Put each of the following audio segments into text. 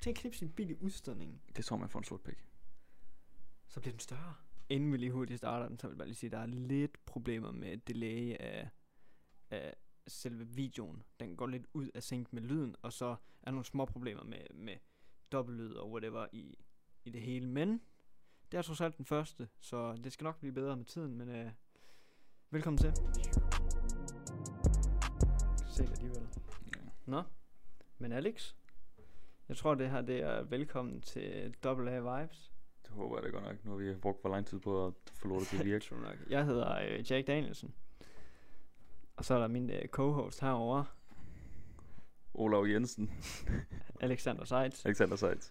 til at knippe sin bil i udstødningen, Det tror man får en sort pik. så bliver den større. Inden vi lige hurtigt starter den, så vil jeg bare lige sige, at der er lidt problemer med delay af, af selve videoen. Den går lidt ud af sync med lyden, og så er der nogle små problemer med, med dobbeltlyd og whatever i, i det hele. Men det er trods alt den første, så det skal nok blive bedre med tiden, men øh, velkommen til. Se alligevel. Ja. Nå, men Alex, jeg tror det her det er velkommen til AA Vibes. Det håber jeg da godt nok, nu har vi brugt for lang tid på at få lov til at virke. True nok. Jeg hedder øh, Jack Danielsen. Og så er der min øh, co-host herovre, Olav Jensen, Alexander Seitz. Alexander Seitz.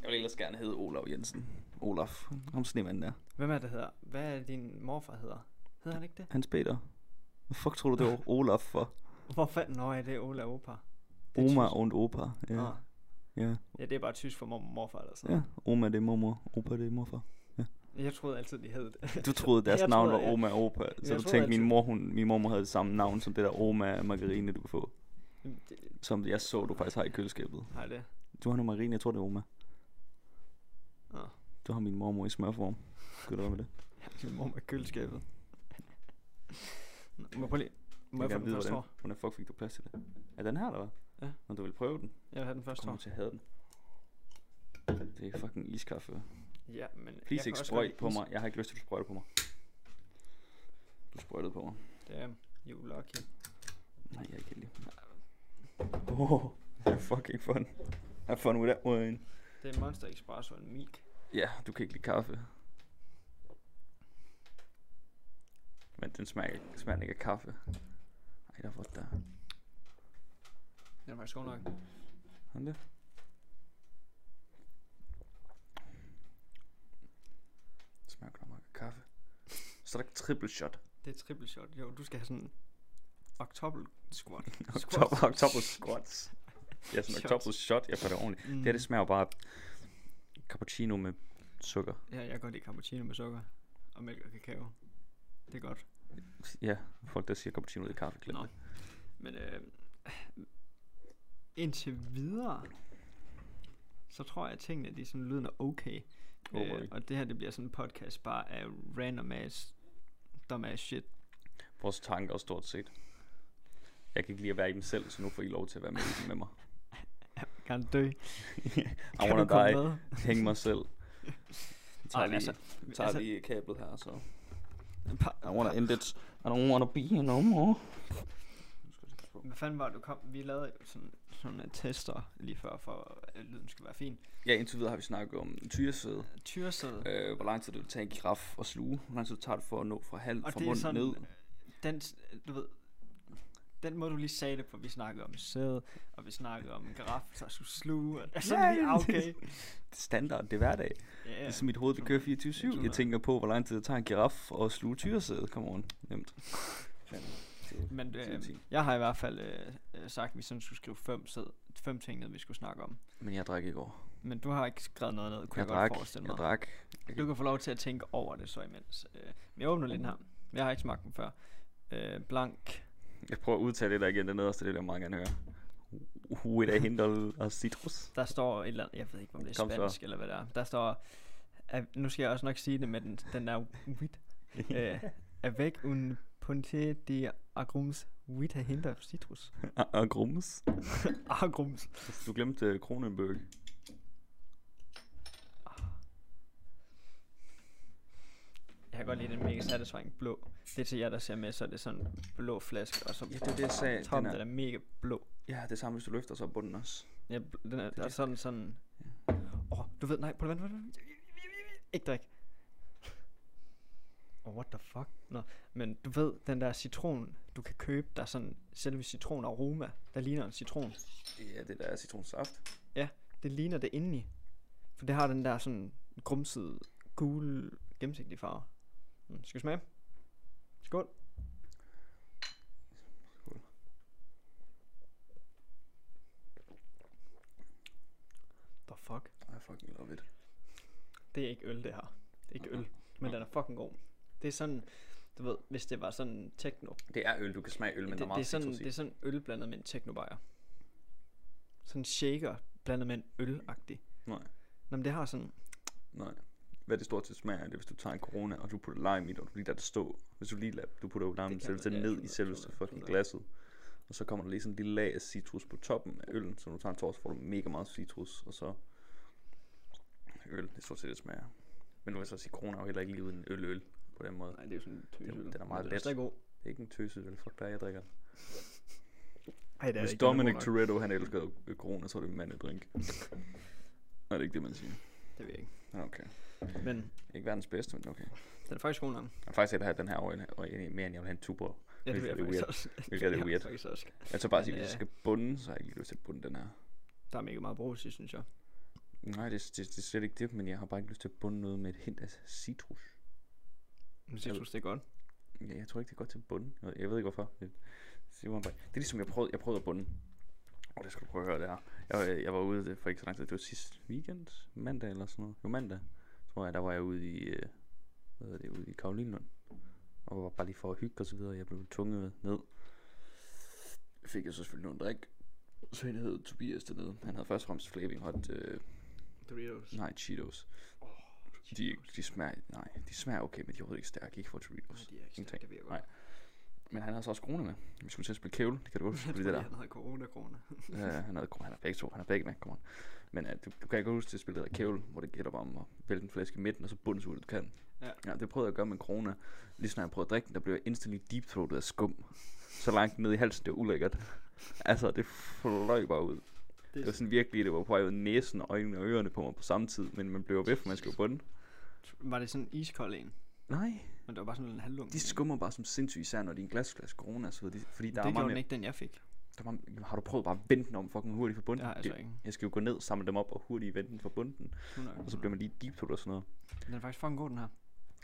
jeg vil ellers gerne hedde Olav Jensen. Olaf, ham snemanden der. Hvem er det, der hedder? Hvad er din morfar hedder? Hedder han ikke det? Hans Peter. Hvad fuck tror du, det var Olaf for? Hvor fanden? Nå, ja, det er Ola Opa. Det er Oma tysk. Ah. und Opa. Ja, Nå, ja. ja, det er bare tysk for mor morfar eller sådan ja. Oma det er mormor, Opa det er morfar. noget. Jeg troede altid, de hed det. Du troede, deres Jeg navn troede, var ja. Oma og Opa, så Jeg du troede tænkte, min altid- mor, hun, min mormor havde det samme navn som det der Oma margarine, du kan få. Jamen, det- Som jeg så, du faktisk har i køleskabet. Nej, det. Du har noget margarine, jeg tror, det er Oma. Nå, Du har min mormor i smørform. Skal du være med det? min mor med køleskabet. Nå, må jeg prøve lige... Må jeg, jeg vil få gerne den første hvordan, år? hvordan fuck fik du plads til det? Er den her, eller hvad? Ja. Når du vil prøve den, Jeg vil have den første kommer år. du til at have den. Det er fucking iskaffe. Ja, men... jeg Please kan også ikke godt sprøjt lide på is. mig. Jeg har ikke lyst til, at du sprøjter på mig. Du sprøjtede på mig. Damn, you lucky. Nej, jeg kan ikke lide. Oh, you're fucking fun. Have fun with that one. Det er Monster Express og en milk. Ja, du kan ikke lide kaffe. Men den smager, ikke- smager ikke af kaffe. Ej, der er der. Den er faktisk god nok. Har den det? Det smager godt nok af kaffe. Så er der triple shot. Det er triple shot. Jo, du skal have sådan octuple squat. Octopus, octopus squats. Ja, sådan Shot. octopus shot. Jeg får det ordentligt. Mm. Det her, det smager jo bare af cappuccino med sukker. Ja, jeg kan godt lide cappuccino med sukker og mælk og kakao. Det er godt. Ja, folk der siger cappuccino det er kaffe, glem Nå. det. Men øh, indtil videre, så tror jeg, at tingene de sådan lyder okay. Håber Øh, ikke. og det her, det bliver sådan en podcast bare af random ass, dumbass shit. Vores tanker er stort set. Jeg kan ikke lide at være i dem selv, så nu får I lov til at være med i dem med mig. Kan du dø? I Kan wanna du komme die. med? Hænge mig selv. Jeg tager Ej, lige, altså, tager altså- lige kablet her, så. Pa- I wanna end it. I don't wanna be here no more. Hvad fanden var det, du kom? Vi lavede jo sådan, sådan nogle tester lige før, for at lyden skulle være fin. Ja, indtil videre har vi snakket om tyresæde. Tyresæde, Øh, hvor lang tid det vil tage en giraf at sluge. Hvor lang tid det tager det for at nå fra halv, Og fra det er mund sådan- ned. den, s- du ved, den måde du lige sagde det på, vi snakkede om sæde, og vi snakkede om giraf, der skulle sluge, og sådan Ja, Ligesom yeah, lige, ja, ah, okay. Standard, det er hverdag. Ja, Det ja. er som mit hoved, det kører 24-7. Jeg Sådan. tænker på, hvor lang tid det tager en giraf at sluge tyresæde. Come on, nemt. Men øh, Sindssygt. jeg har i hvert fald øh, øh, sagt, at vi sådan skulle skrive fem, sæd, fem ting ned, vi skulle snakke om. Men jeg drak i går. Men du har ikke skrevet noget ned, kunne jeg, Jeg jeg drak, godt forestille jeg mig. drak. Du kan få lov til at tænke over det så imens. Øh, men jeg åbner lidt den her. Jeg har ikke smagt den før. Øh, blank. Jeg prøver at udtale det der igen, det nederste, det vil jeg meget gerne høre. With a hint of- of citrus. Der står et eller andet, jeg ved ikke, om det er Kom så. spansk eller hvad det er. Der står, at, nu skal jeg også nok sige det med den, den der wit. øh, avec un ponté de agrums vita hinter citrus. Og- Og grums. agrums. Du glemte øh, Kronenberg. Jeg kan godt lide den mega satisfying blå. Det er til jer, der ser med, så er det sådan en blå flaske, og så Ja, det er det, jeg sagde. toppen, Den er- den er mega blå. Ja, det er samme, hvis du løfter, så er bunden også. Ja, bl- den er, der er sådan sådan... Åh, oh, du ved, nej, prøv at vente, vent, vent. Ikke drik. Oh, what the fuck? Nå, men du ved, den der citron, du kan købe, der er sådan selve citronaroma, der ligner en citron. Ja, det der er citronsaft. Ja, det ligner det indeni. For det har den der sådan grumsede, gule, gennemsigtige farve. Mm, skal vi smage? Skål. Skål. The fuck? I fucking love it. Det er ikke øl, det her. Det er ikke øl, men den er fucking god. Det er sådan, du ved, hvis det var sådan techno. Det er øl, du kan smage øl, det, men der er det, er meget sådan, citrus det er i. sådan øl blandet med en technobajer. Sådan en shaker blandet med en øl-agtig. Nej. Nå, men det har sådan... Nej. Hvad det stort set smager, det er, hvis du tager en corona, og du putter lime i det, og du lige lader det stå. Hvis du lige lader, du putter jo lime kan selveste noget, ja, ned sådan i noget, selveste sådan noget, fucking sådan glasset. Og så kommer der lige sådan en lille lag af citrus på toppen af øllen, så når du tager en tår, så får du mega meget citrus, og så øl, det er stort set det smager. Men nu vil jeg så sige, corona er jo heller ikke lige uden øl-øl på den måde. Nej, det er jo sådan en tøseøl. Den er meget Det er let. stadig god. Det er ikke en tøseøl, fuck dig, jeg drikker den. Ej, det er Hvis ikke, den er god Dominic nok. Toretto, han elsker jo corona, så er det en mandedrink. Nej, det er ikke det, man siger. Det ved jeg ikke. Nå, Okay. Men Ikke verdens bedste, men okay. den er faktisk god nok. Jeg vil faktisk hellere have den her øjne, og egentlig mere end jeg vil have en tuber. Ja, det Hvilket vil jeg faktisk er weird. også. Hvilket er Det vil det jeg weird. faktisk også. Jeg tror bare, at Men, hvis jeg øh, skal bunde, så har jeg ikke lige lyst til at bunde den her. Der er mega meget brug til, synes jeg. Nej, det, det, det er slet ikke det, men jeg har bare ikke lyst til at bunde noget med et hint af citrus. Men citrus, det er godt. Ja, jeg tror ikke, det er godt til at bunde. Jeg, jeg ved ikke, hvorfor. Det, det, siger man bare. det er ligesom, jeg prøvede, jeg prøvede at bunde. Åh, det skal du prøve at høre, det her. Jeg, øh, jeg var ude øh, for ikke så lang tid. Det var sidste weekend, mandag eller sådan noget. Jo, mandag, tror jeg, der var jeg ude i, øh, hvad hedder det, ude i Karolinlund. Og var bare lige for at hygge og så videre. Jeg blev tunget ned. Fik jeg så selvfølgelig nogle drik. Så en hed Tobias dernede. Han havde først og fremmest Flaming Hot øh, Doritos. Nej, Cheetos. De, de smager, nej, de smager okay, men de er overhovedet ikke stærke. Ikke for Doritos. de er ikke Ingenting. stærke, det ved jeg Nej. godt. Men han havde så også corona med. Vi skulle til at spille kævle, det kan du godt huske, Jeg fordi tror, det der. han havde corona-corona. Øh, han, havde, han er begge to, han er begge med, come on. Men øh, du, du, kan ikke huske til spillet af kævle, hvor det gælder bare om at vælte en flaske i midten, og så bunde så ud, du kan. Ja. ja. det prøvede jeg at gøre med corona. Lige snart jeg prøvede at drikke den, der blev jeg instantly deep throatet af skum. Så langt ned i halsen, det var ulækkert. altså, det fløj bare ud. Det Det var sådan virkelig, det var på vej ud af næsen og øjnene og ørerne på mig på samme tid, men man blev jo ved, for man skal jo bunde. Var det sådan en iskold en? Nej, Men det var bare sådan en halvlung. De skummer bare som sindssygt, især når de er en glasflaske corona, så de, fordi der det er gjorde meget den mere, ikke, den jeg fik. der er meget, har du prøvet bare at vente den om fucking hurtigt fra Det bunden? har jeg Det- så ikke. jeg skal jo gå ned, samle dem op og hurtigt vente den fra bunden, Hun er- og så bliver man lige deep og sådan noget. Den er faktisk fucking god, den her. Jeg,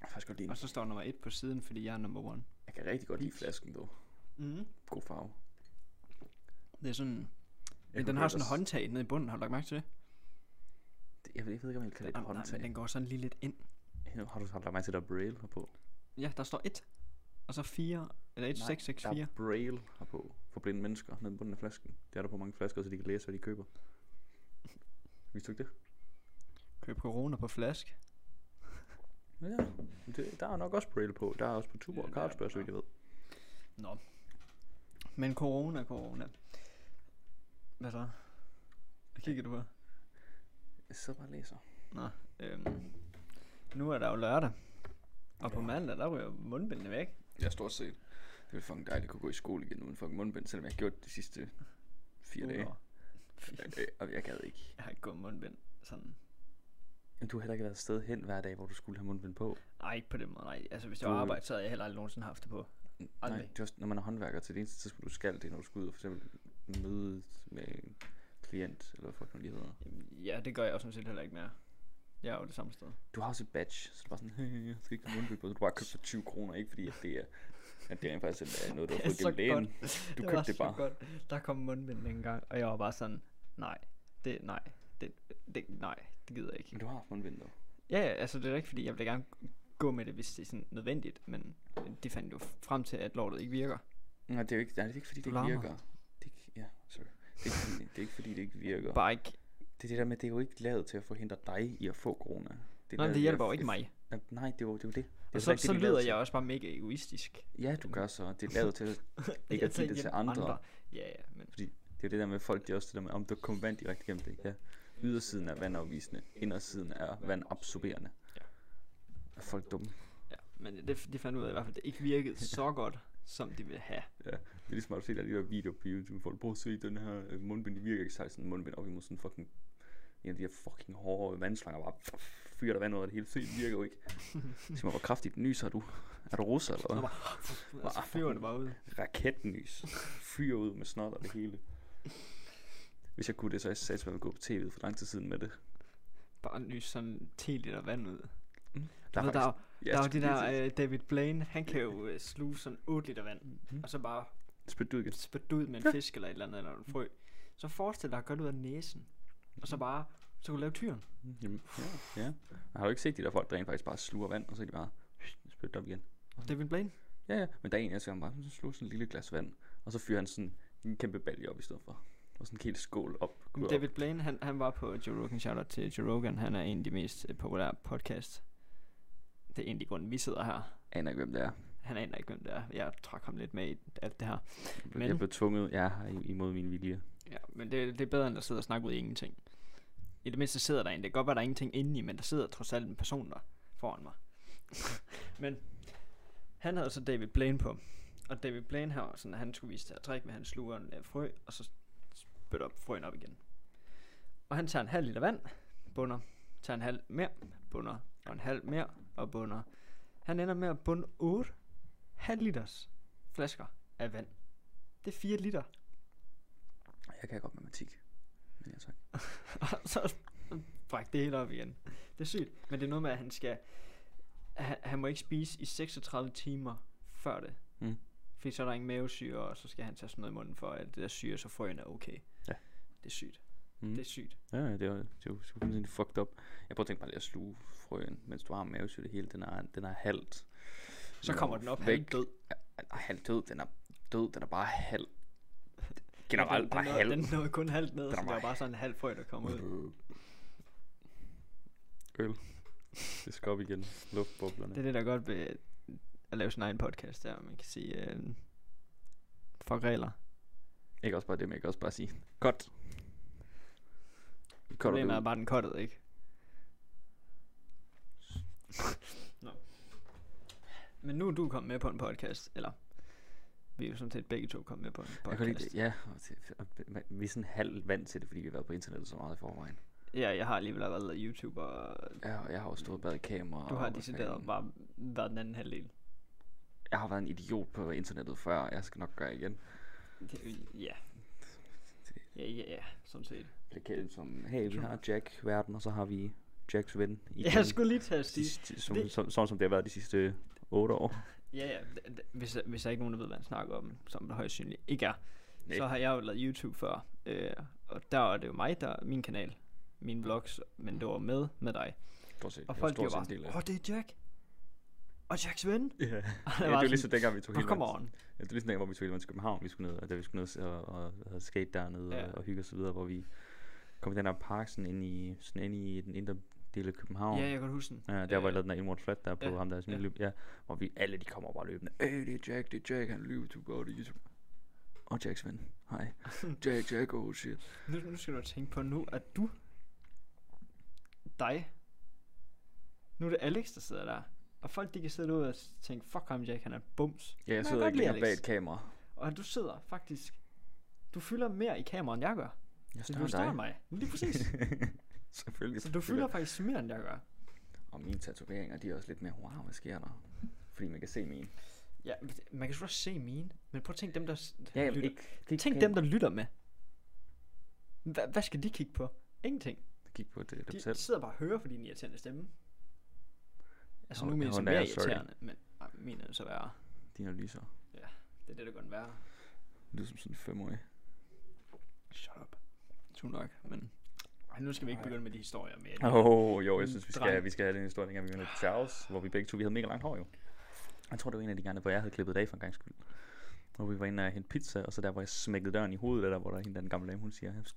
kan faktisk godt lide Og den. så står nummer 1 på siden, fordi jeg er nummer 1. jeg kan rigtig godt lide flasken, dog. Mm. God farve. Det er sådan... Mhm. Men Jeg kunne den har godt sådan et også- håndtag nede i bunden, har du lagt mærke til det? det- Jeg ved, jeg ved ikke, om jeg kan lide Nej, nej, håndtag. men den går sådan lige lidt ind. Her- Har du har du lagt mærke til, at der er braille herpå? Ja, der står 1. Og så 4. Eller 1, 6, 6, der 4. er braille herpå for blinde mennesker nede i bunden af flasken. Det er der på mange flasker, så de kan læse, hvad de køber. Vidste du ikke det? Køb corona på flask. Ja, det, der er nok også braille på. Der er også på Ja, Tuborg og det er der Carlsberg, så vidt jeg ved. Nå. Men corona, corona. Hvad så? Hvad kigger du på? Jeg sidder bare og læser. Nå, øhm, nu er der jo lørdag. Og på Ja. mandag, der ryger mundbindene væk. Ja, stort set. Det er fucking dejligt at kunne gå i skole igen uden fucking mundbind, selvom jeg har gjort det de sidste fire Otte dage. år. Jeg- jeg- Og jeg gad ikke. Jeg har ikke gået med mundbind. Sådan. Men du har heller ikke været et sted hen hver dag, hvor du skulle have mundbind på. Nej, ikke på den måde. Nej. Altså, hvis jeg var Du- arbejde, så havde jeg heller aldrig nogensinde haft det på. Nej, Aldrig. det er også, når man er håndværker til det eneste tidspunkt, du skal, det er, når du skal ud og for eksempel møde med en klient, eller hvad fuck nu lige hedder. Jamen, Ja, det gør jeg også sådan set heller ikke mere. Jeg er jo det samme sted. Du har også et badge, så du er bare sådan, hey, jeg skal ikke have mundbind på, så du bare købt for 20 kroner, ikke fordi at det er, at det rent faktisk er noget, du har Det er fået så gennem lægen. Du var købte det så bare. Godt. Der kom mundbind en gang, og jeg var bare sådan, nej, det, nej, det, det, nej, det gider jeg ikke. Men du har haft mundbind dog. Ja, ja, altså det er ikke fordi, jeg vil da gerne gå med det, hvis det er sådan nødvendigt, men de fandt jo frem til, at lortet ikke virker. Nej, det er jo ikke, nej, det er ikke fordi, det Du ikke larmer. virker. Det er ikke, ja, sorry. Det er ikke, fordi- det er ikke fordi, det ikke virker. Bare ikke. Det er det der med, det er jo ikke lavet til at forhindre dig i at få corona. Det Nå, er men lavet det til at- hjælper jo ikke mig. Nej, Nej, det er jo det. Er jo det. det er Og slet så, altså ikke så det, de er lyder lavet jeg også bare mega egoistisk. til. Ja, du gør så. Det er lavet til, det Ikke Jeg at give tager det til hjem andre. Ja, ja, men er jo det der med folk, det er også det der med, om der kommer vand direkte gennem det. Ja. Ydersiden er vandafvisende, indersiden er vandabsorberende. Ja. Er folk dumme? ja, men det, de fandt ud af i hvert fald, at det ikke virkede så godt, som de ville have. Det er ligesom, at du ser der de der videoer på YouTube, hvor du prøver at se den her øh, mundbind, det virker ikke sejt, sådan en mundbind op imod sådan en fucking en af de her fucking hårde vandslanger, bare fyrer der vand ud af det hele, se, det virker jo ikke. Sig mig, hvor kraftigt nyser du? Er du russer, eller hvad? Og så flyver det bare ud. raketnys. Fyre ud med snot og det hele. Hvis jeg kunne det, så jeg sagde, at jeg ville gå på tv for lang tid siden med det. Bare nys sådan 10 liter vand ud. Der Der er ved, der, er, faktisk- jo- Ja, der er jo skulle det lige til der øh, David Blaine, han kan jo øh, sluge sådan 8 liter vand, Mhm. og så bare at spytte ud igen. spytte ud med en fisk eller et eller andet, eller en frø. Så forestil dig at gøre det ud af næsen, og så bare, så kunne du lave tyren. Jamen, ja, ja. Jeg har jo ikke set de der folk, der rent faktisk bare sluger vand, og så er de bare spytter op igen. David Blaine. Ja, ja. Men der er en, jeg ser ham bare sluge sådan en lille glas vand, og så fyrer han sådan en kæmpe balje op i stedet for. Og sådan en helt skål op. Men David Blaine, han, han var på Joe Rogan. Shout out til Joe Rogan. Han er en af de mest øh, populære podcasts. Det er egentlig grunden, vi sidder her. aner ikke, hvem det er. Han aner ikke, hvem det er. Jeg trak ham lidt med i alt det her. Men. Jeg Men- blev tvunget, ja, i- imod min vilje. Ja, men det, det er bedre, end at sidde og snakke ud i ingenting. I det mindste sidder der en. Det kan godt være, der er ingenting inde i, men der sidder trods alt en person der foran mig. men han havde så David Blaine på. Og David Blaine her, sådan, han skulle vise det her trick med, at han sluger en øh, frø, og så spytter op frøen op igen. Og han tager en halv liter vand, bunder, tager en halv mere, bunder, og en halv mere, og bunder. Han ender med at bunde 8 halv liters flasker af vand. Det er 4 liter. Jeg kan godt matematik. Men ja, tak. Og så bræk det hele op igen. Det er sygt. Men det er noget med, at han skal... Han, han må ikke spise i 36 timer før det. Mm. Fordi så er der ingen mavesyre, og så skal han tage sådan noget i munden for, at det der syre, så frøen er okay. Ja. Det er sygt. Mm. Det er sygt. Ja, ja, det er, det er jo sgu fuldstændig fucked up. Jeg prøver at tænke bare lige at sluge frøen, mens du har mavesyre det hele. Den er, den er halvt. Så kommer den op væk. halvt død. Den er halvt død. Den er død. Den er bare halv. Generelt den, bare den, halv. nåede- Den nåede kun halvt ned, er Mm. så der bare var bare sådan en halv frø, der kom ud. Øl. Det skal op igen. Luftboblerne. Det er det, der er godt ved at lave sin egen podcast der, man kan sige... Øh, fuck regler. Ikke også bare det, men jeg kan også bare sige, godt. Godt Problemet er bare, den kottede, ikke? Nå. Men nu er du kommet med på en podcast, eller vi er jo sådan set begge to kommet med på en jeg kan podcast. lide det. Ja, og det- og det- vi er sådan halv vant til det, fordi vi har været på internettet så meget i forvejen. Ja, jeg har alligevel været været YouTuber, og Ja, og jeg har jo stået bag kamera. du har og- decideret bare været den anden halvdel. Jeg har været en idiot på internettet før, jeg skal nok gøre det igen. Det- Ja. Ja, ja, ja, sådan set. Det kendt som, hey, vi True. har Jack verden, og så har vi Jacks ven. Igen. Jeg skulle lige tage at de, sige, de, som, det- som, sådan som det har været de sidste 8 år. Ja, ja. d- d- Hvis, hvis der ikke er nogen, der ved, hvad han snakker om, som der højst synligt ikke er, Nej. Nej. så har jeg jo lavet YouTube før. Øh, og der var det jo mig, der min kanal, mine vlogs, men det var med med dig. Stort set. Og Jeg folk de stort var set bare, en del af åh, oh, det er Jack. Og Jacks ven. Ja, ja Og det var var lige så sådan, dengang, vi tog "Nå, hele come vejen- on. Ja, det er ligesom dengang, hvor vi tog hele vejen til København, vi skulle ned, og da vi skulle ned og, og, og skate dernede Ja. ja. og, og hygge og så videre, hvor vi kom i den her park sådan ind i, sådan ind i den indre del af København. Ja, jeg kan godt huske den. Ja, der var Øh, øh, den der inward flat der på ja, ham der ja. sådan ja. ja. hvor vi alle de kommer bare løbende. Øh, det er Jack, det er Jack, han løber til bare det er YouTube. Og Jacks ven. Hej. Jack, Jack, oh shit. Nu, nu skal du tænke på nu, at du, dig, nu er det Alex, der sidder der. Og folk, de kan sidde derude og s- tænke, fuck ham, Jack, han er bums. Ja, jeg jeg sidder godt ikke lide længere bag Alex. et kamera. Og du sidder faktisk, du fylder mere i kameraet, end jeg gør. Jeg Så du er større end mig. Lige præcis. Selvfølgelig. Så du fylder faktisk mere, end jeg gør. Og mine tatoveringer, de er også lidt mere, wow, hvad sker der? Fordi man kan se mine. Ja, men det- man kan selvfølgelig også se mine. Men prøv at tænke dem, der s- Ja, jamen, lytter. ikke, ikke Tænk dem, der lytter med. Hva, hvad skal de kigge på? Ingenting. Kig på det, dem De selv. sidder bare og hører på din irriterende stemme. Altså, Nå, nu nå, mener jeg så nå, mere ja, sorry. irriterende, men ej, mener det så værre. Dine lyser. Det er det, der gør den værre. Lyder som sådan en femårig. Shut up. True nok, men... Ej, nu skal vi ikke begynde med de historier mere. Åh, oh, jo, jeg Mm, synes, vi dreng. skal, vi skal have den historie, dengang vi var nede til Charles, hvor vi begge to, vi havde mega langt hår jo. Jeg tror, det var en af de gange, hvor jeg havde klippet det af for en gang skyld. Hvor vi var inde og hente pizza, og så der, hvor jeg smækkede døren i hovedet, eller hvor der er hende, der er den gamle dame, hun siger, skal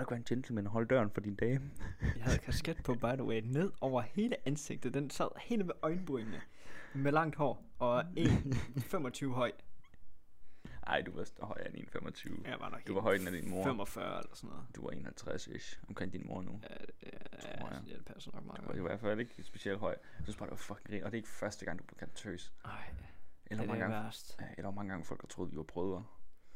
du ikke være en gentleman og holde døren for din dame? Jeg havde kasket på, by the way, ned over hele ansigtet. Den sad hele med øjenbrynene. Med langt hår og 1,25 høj. Ej, du var st- højere end 1,25. Jeg var nok Du var højden af din mor. 45 eller sådan noget. Du var 51-ish, omkring din mor nu. Ja, det- ja, Tror jeg. altså, det passer nok meget Og det godt. var i hvert fald ikke specielt høj. Jeg synes bare, det var fucking grin, og det er ikke første gang, du blev kaldt tøs. Ej, Eller, det mange er det gange, værst. ja, eller mange gange folk har troet, vi var brødre.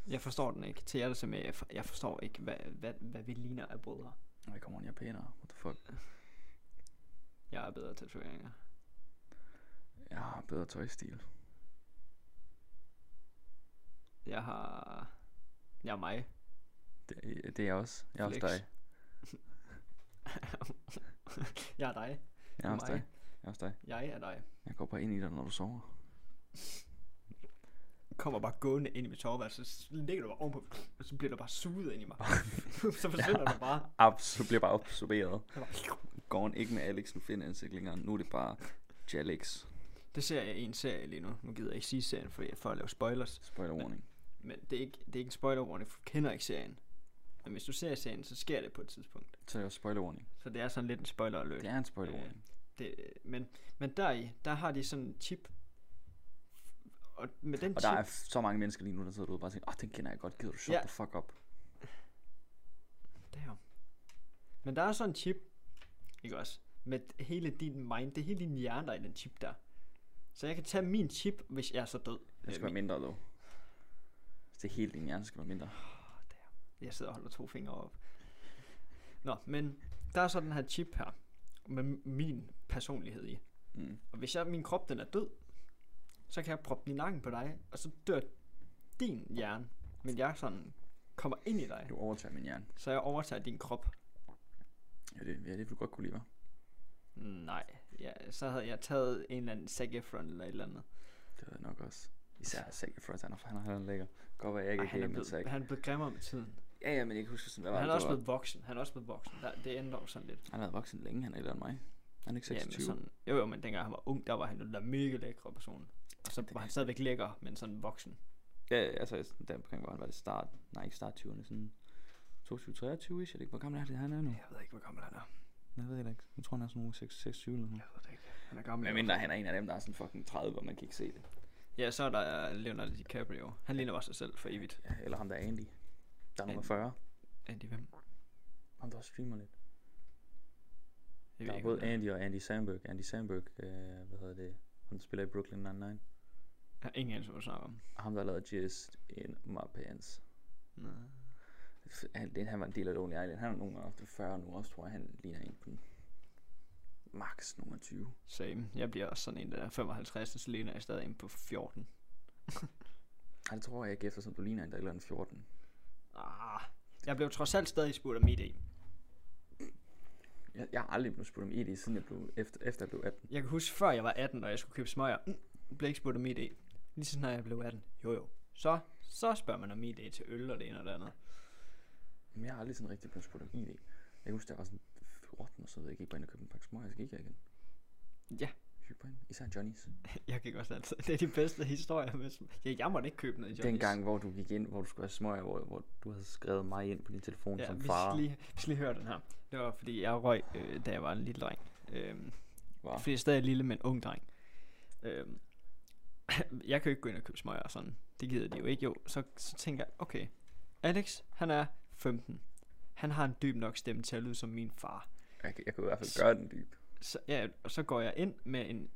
Jeg forstår den ikke. Til jer, der ser med, jeg for- jeg forstår ikke, hvad, hvad, hvad vi ligner af brødre. Nej, kommer en japaner. What the fuck? Jeg er bedre til tatoveringer. Jeg har bedre tøjstil. Jeg har... Jeg er mig. Det, det er jeg også. Jeg er også Flex. dig. jeg er dig. Jeg er også Mig. dig. Jeg er også dig. Jeg er dig. Jeg går bare ind i dig, når du sover. Kommer bare gående ind i mit soveværelse, så ligger du bare ovenpå, og så bliver du bare suget ind i mig. så forsvinder du bare. Abs, du bliver bare absorberet. Jeg bare- Går han ikke med Alex, nu finder ansigt længere. Nu er det bare Jalex. Det ser jeg i en serie lige nu. Nu gider jeg ikke sige serien, for jeg får at lave spoilers. Spoiler warning. Men det er ikke, det er ikke en spoiler warning, for jeg kender ikke serien. Men hvis du ser serien, så sker det på et tidspunkt. Så er det også spoiler warning. Så det er sådan lidt en spoiler alert. Det er en spoiler Øh, warning. Det, men, men deri, der har de sådan en chip. Og med den Og chip... der er f- så mange mennesker lige nu, der sidder derude og bare tænker, åh, oh, den kender jeg godt, gider du shut Ja. the fuck up. Damn. Men der er sådan en chip, ikke også? Med hele din mind, det er hele din hjerne, der er i den chip der. Så jeg kan tage min chip, hvis jeg er så død. Den Øh, skal være min- mindre, dog. Hvis det er helt din hjerne, skal være mindre. Jeg sidder og holder to fingre op. Nå, men der er så den her chip her, med min personlighed i. Mm. Og hvis jeg, min krop den er død, så kan jeg proppe min nakken på dig, og så dør din hjerne. Men jeg sådan kommer ind i dig, Du overtager min hjerne. så jeg overtager din krop. Ja, det, ja, det vil du godt kunne lide, hva'? Nej, ja, så havde jeg taget en eller anden Zac Efron eller et eller andet. Det ved jeg nok også. Især Zac Efron, han er, han er, han er lækker. Godt være, jeg Altså. Ej, ikke han, er er med blevet, Zac. han er blevet grimmere med tiden. Ja, ja, men jeg kan huske, sådan, hvad Men var han er det, det også var? blevet voksen. Han er også blevet voksen. Der, det ændrer jo sådan lidt. Han har været voksen længe, han er ældre end mig. Han er ikke 26. men sådan, jo, jo, men dengang han var ung, der var han jo den der mega lækre person. Og så var han stadigvæk lækker, men sådan voksen. Ja, ja, altså sådan der omkring, hvor han var det start, nej ikke start 20'erne, sådan 22-23 ish, er det ikke, hvor gammel er det, han er nu? Jeg ved ikke, hvor gammel han er. Jeg ved det ikke, jeg tror han er sådan nogle 26 eller sådan noget. ved det ikke. Han er gammel. Men mindre han er en af dem, der er sådan fucking 30, og man kan ikke se det. Ja, så er der øh, Leonardo DiCaprio. Han ligner bare sig selv for evigt. Ja, eller ham der er Andy. Der er nummer Andy. 40. Andy, hvem? Ham der også streamer lidt. Jeg ved Der er ikke, hvem både det er. Andy og Andy Samberg. Andy Samberg, øh, hvad hedder det, han spiller i Brooklyn Nine-Nine. Jeg har ingen anelse, hvad du snakker om. Og ham der har lavet Just In My Pants. Nej. Han, det- han var en del af Lonely Island. Han er nogen af 40 nu også, tror jeg. Han ligner en på den. Max nummer 20. Same. Jeg bliver også sådan en, der er 55, og så ligner jeg stadig en på 14. Ej, det tror jeg ikke, eftersom du ligner en, der er et eller andet 14. Ah, jeg blev trods alt stadig spurgt om idé. Jeg, jeg har aldrig blevet spurgt om ID, siden jeg blev, efter, efter jeg blev 18. Jeg kan huske, før jeg var 18, og jeg skulle købe smøger, mm, blev ikke spurgt om ID. Lige så snart jeg blev 18. Jo jo. Så, så spørger man om ID til øl og det ene og det andet. Men jeg har aldrig sådan rigtig blevet spurgt om ID. Jeg kan huske, der var sådan 14 og så ved jeg, jeg gik bare ind og købte en pakke smøger, så gik jeg igen. Ja. Hyperen. Især Johnny's. Jeg gik også altid. Det er de bedste historier. Med sm- ja, jeg måtte ikke købe noget i Johnny's. Den gang, hvor du gik ind, hvor du skulle have smøger, hvor, hvor du havde skrevet mig ind på din telefon ja, som vi far. skal, lige, vi skal lige høre den her. Det var fordi, jeg røg, øh, da jeg var en lille dreng. Øhm, Var. Fordi jeg er stadig lille, men ung dreng. Øhm, jeg kan jo ikke gå ind og købe smøger og sådan. Det gider de jo ikke. Jo, så, så tænker jeg, okay. Alex, han er 15. Han har en dyb nok stemme til at lyde som min far. Jeg, kan- jeg kunne i hvert fald gøre den dyb. Så, ja, og så går jeg ind med en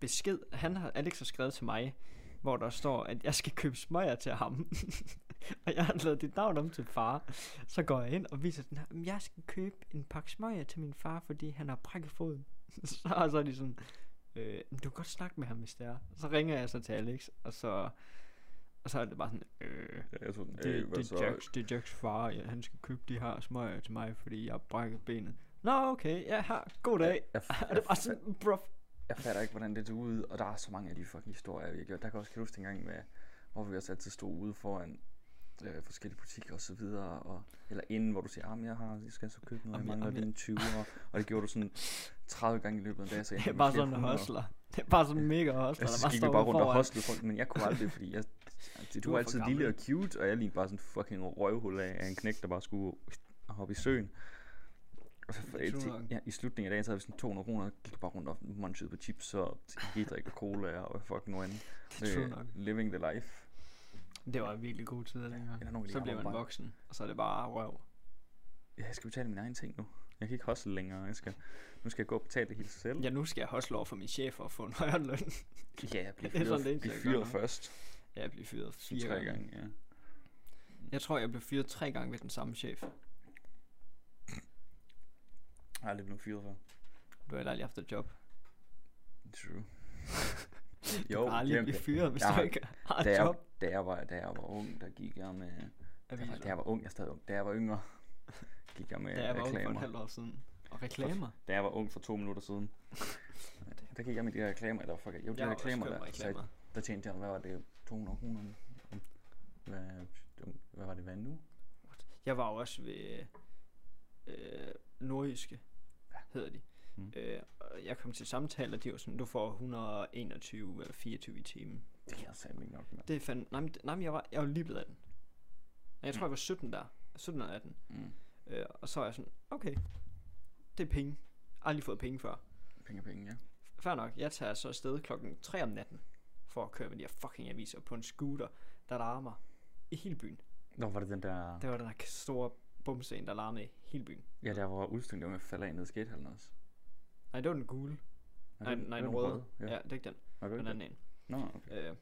besked. Han har, Alex har skrevet til mig, hvor der står, at jeg skal købe smøger til ham. og jeg har lavet dit navn om til far. Så går jeg ind og viser den her, "Men jeg skal købe en pakke smøger til min far, fordi han har brækket foden. så, og så er de sådan, øh, "Men du kan godt snakke med ham, hvis det er. Så ringer jeg så til Alex, og så, og så er det bare sådan, øh, Ja, jeg tror, den, det, det, er Jacks, det er Jacks far, ja, han skal købe de her smøger til mig, fordi jeg har brækket benet. Nå, okay, ja, her, god dag. Jeg, jeg, Og det var sådan, bro. Jeg fatter ikke, hvordan det tog ud, og der er så mange af de fucking historier, vi har gjort. Der kan også kan jeg huske dengang, med, hvor vi også altid stod ude foran øh, forskellige butikker og så videre, og, eller inden, hvor du siger, at jeg har, jeg skal så købe noget, jeg Jamen, mangler jamen, lige en 20, og, og det gjorde du sådan 30 gange i løbet af en dag, så jeg Det er endte bare med flere sådan en hundrede. hustler. Det er bare sådan en mega hustler, Altså, der så bare gik står vi bare rundt og foran. hostlede folk, men jeg kunne aldrig, fordi jeg, altså, Du du, du er var for altid gammel. lille og cute, og jeg lignede bare sådan en fucking røvhul af af en knæk, der bare skulle hoppe i søen. Og så for, Det er true til, nok. ja, i slutningen af dagen, så havde vi sådan 200 kroner, og gik bare rundt og munchede på chips og e-drik og cola og hvad fuck nu andet. Det er true nok. living the life. Det var en virkelig god tid Eller nogen dengang. Så lige bliver man arbejde. voksen, og så er det bare røv. Ja, jeg skal betale mine egne ting nu. Jeg kan ikke hostle længere. Jeg skal, nu skal jeg gå og betale det hele selv. Ja, nu skal jeg hustle over for min chef for at få en højere løn. ja jeg bliver det er sådan, det fyret, eneste, blive jeg gør fyret nu. først. Ja, jeg blev fyret Sådan fire tre gange. gange, ja. Jeg tror, jeg blev fyret tre gange ved den samme chef. Jeg har aldrig blevet fyret før. Du har heller aldrig haft et job. True. du kan aldrig glem blive det. fyret, hvis Jeg du har- ikke har da et jeg, job. da, jeg var, da jeg var ung, der gik jeg med... Da jeg, var- da jeg var ung, jeg er stadig ung. Da jeg var yngre, gik jeg med Da jeg var ung for et reklamer. halvt år siden. Og reklamer. da jeg var ung for to minutter siden. der gik jeg med de der reklamer, der var fuck, jo, de Jeg der har også reklamer, købt der, altså, mig reklamer. Så, der tjente jeg, hvad var det, 200 kroner? Hvad, hvad var det, hvad nu? Jeg var jo også ved øh, Nordjyske, hedder de. Mm. Mm. Øh, og jeg kom til samtale, og de var sådan, du får 121 eller 24 i timen. Det kan jeg sagde ikke nok med. Det er fandme, nej, men, nej, men jeg, var, jeg var lige blevet 18. Og jeg tror, Mm. jeg var 17 der. 17 og 18. Mm. Øh, og så er jeg sådan, okay, det er penge. Aldrig fået penge før. Penge er penge, ja. Fair nok, jeg tager så afsted klokken 3 om natten, for at køre med de her fucking aviser på en scooter, der larmer i hele byen. Nå, var det den der... Det var den her store bumscene, der larmede i hele byen. Ja, der hvor Ulfsten der med at falde af ned i skatehallen også. Nej, det var den gule. Er Nej, det- nej, er det den røde. Ja. Ja. ja, det er ikke den. Var det Den ikke anden det? en. Nå, okay. Øh,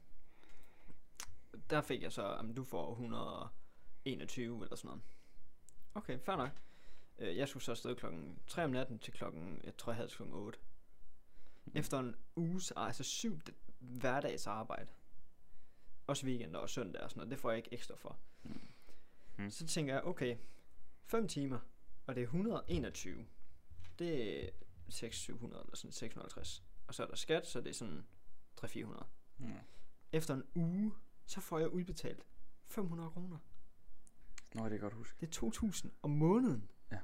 der fik jeg så, at du får 121 eller sådan noget. Okay, fair nok. Øh, jeg skulle så afsted klokken 3 om natten til klokken, jeg tror jeg havde til klokken 8. Mm. Efter en uges, altså syv d- hverdags arbejde. Også weekender og søndag og sådan noget. Det får jeg ikke ekstra for. Mm. Mm. Så tænker jeg, okay, 5 timer, og det er 121. Det er 600 eller sådan 650. Og så er der skat, så det er sådan 300-400. Nå. Efter en uge, så får jeg udbetalt 500 kroner. Nå, det kan jeg godt huske. Det er 2.000 om måneden. Ja.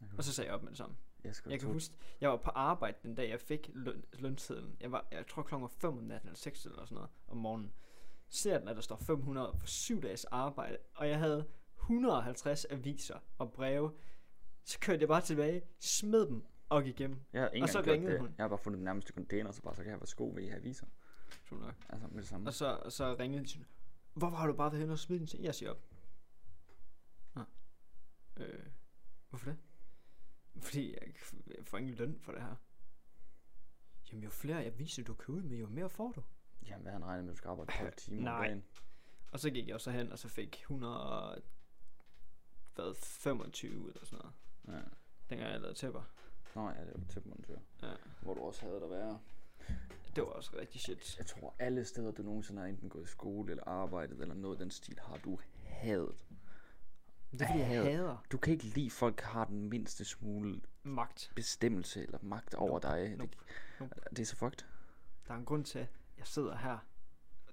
Jeg kan Og så sagde jeg op med det samme. Jeg skal Jeg kan huske, jeg var på arbejde den dag, jeg fik løn, lønsedlen. Jeg, var, jeg tror klokken var 5 om natten, eller 6 eller sådan noget, om morgenen. Ser den, at der står 500 for syv dages arbejde, og jeg havde 150 aviser og breve. Så kørte jeg bare tilbage, smed dem og gik hjem. Jeg har ikke Og så engang gjort ringede det. hun. Jeg har bare fundet den nærmeste container, så bare så kan jeg have sko ved i aviser. Tror nok. Altså med det samme. Og så, og så ringede de sådan, hvorfor har du bare været henne og smidt din ting? Jeg siger op. Nå. Øh, hvorfor det? Fordi jeg, ikke f- jeg får ingen løn for det her. Jamen jo flere aviser du køber ud med, jo mere får du. Jamen, hvad han regnet med, at du skal arbejde 12 timer om Nej. dagen? Og så gik jeg så hen, og så fik 100... Hvad, 25 eller sådan noget. Ja. Dengang jeg lavede tæpper. Nå ja, det var til montør. Ja. Hvor du også havde der være. Det var også rigtig shit. Jeg tror, alle steder, du nogensinde har enten gået i skole eller arbejdet eller noget af den stil, har du hadet. Det er fordi, jeg hader Du kan ikke lide, at folk har den mindste smule magt. bestemmelse eller magt over dig. Nope. Det, det er så fucked. Der er en grund til, at jeg sidder her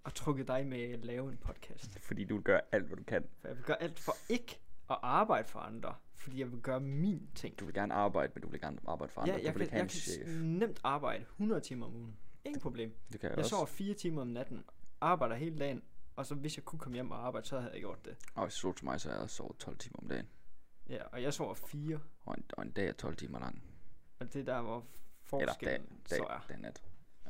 og trukker dig med at lave en podcast. Fordi du vil gøre alt, hvad du kan. For jeg vil gøre alt for ikke at arbejde for andre, fordi jeg vil gøre min ting. Du vil gerne arbejde, men du vil gerne arbejde for andre. ja, jeg du vil kan, ikke have jeg en kan chef. nemt arbejde 100 timer om ugen. Ingen problem. Det kan jeg, Jeg også. sover 4 timer om natten, arbejder hele dagen, og så hvis jeg kunne komme hjem og arbejde, så havde jeg gjort det. Og hvis du slog til mig, så har jeg også sovet 12 timer om dagen. Ja, og jeg sover 4, Og en, og en dag er 12 timer lang. og det er der, hvor Eller dag, forskellen dag, så er. dag, nat. Ja.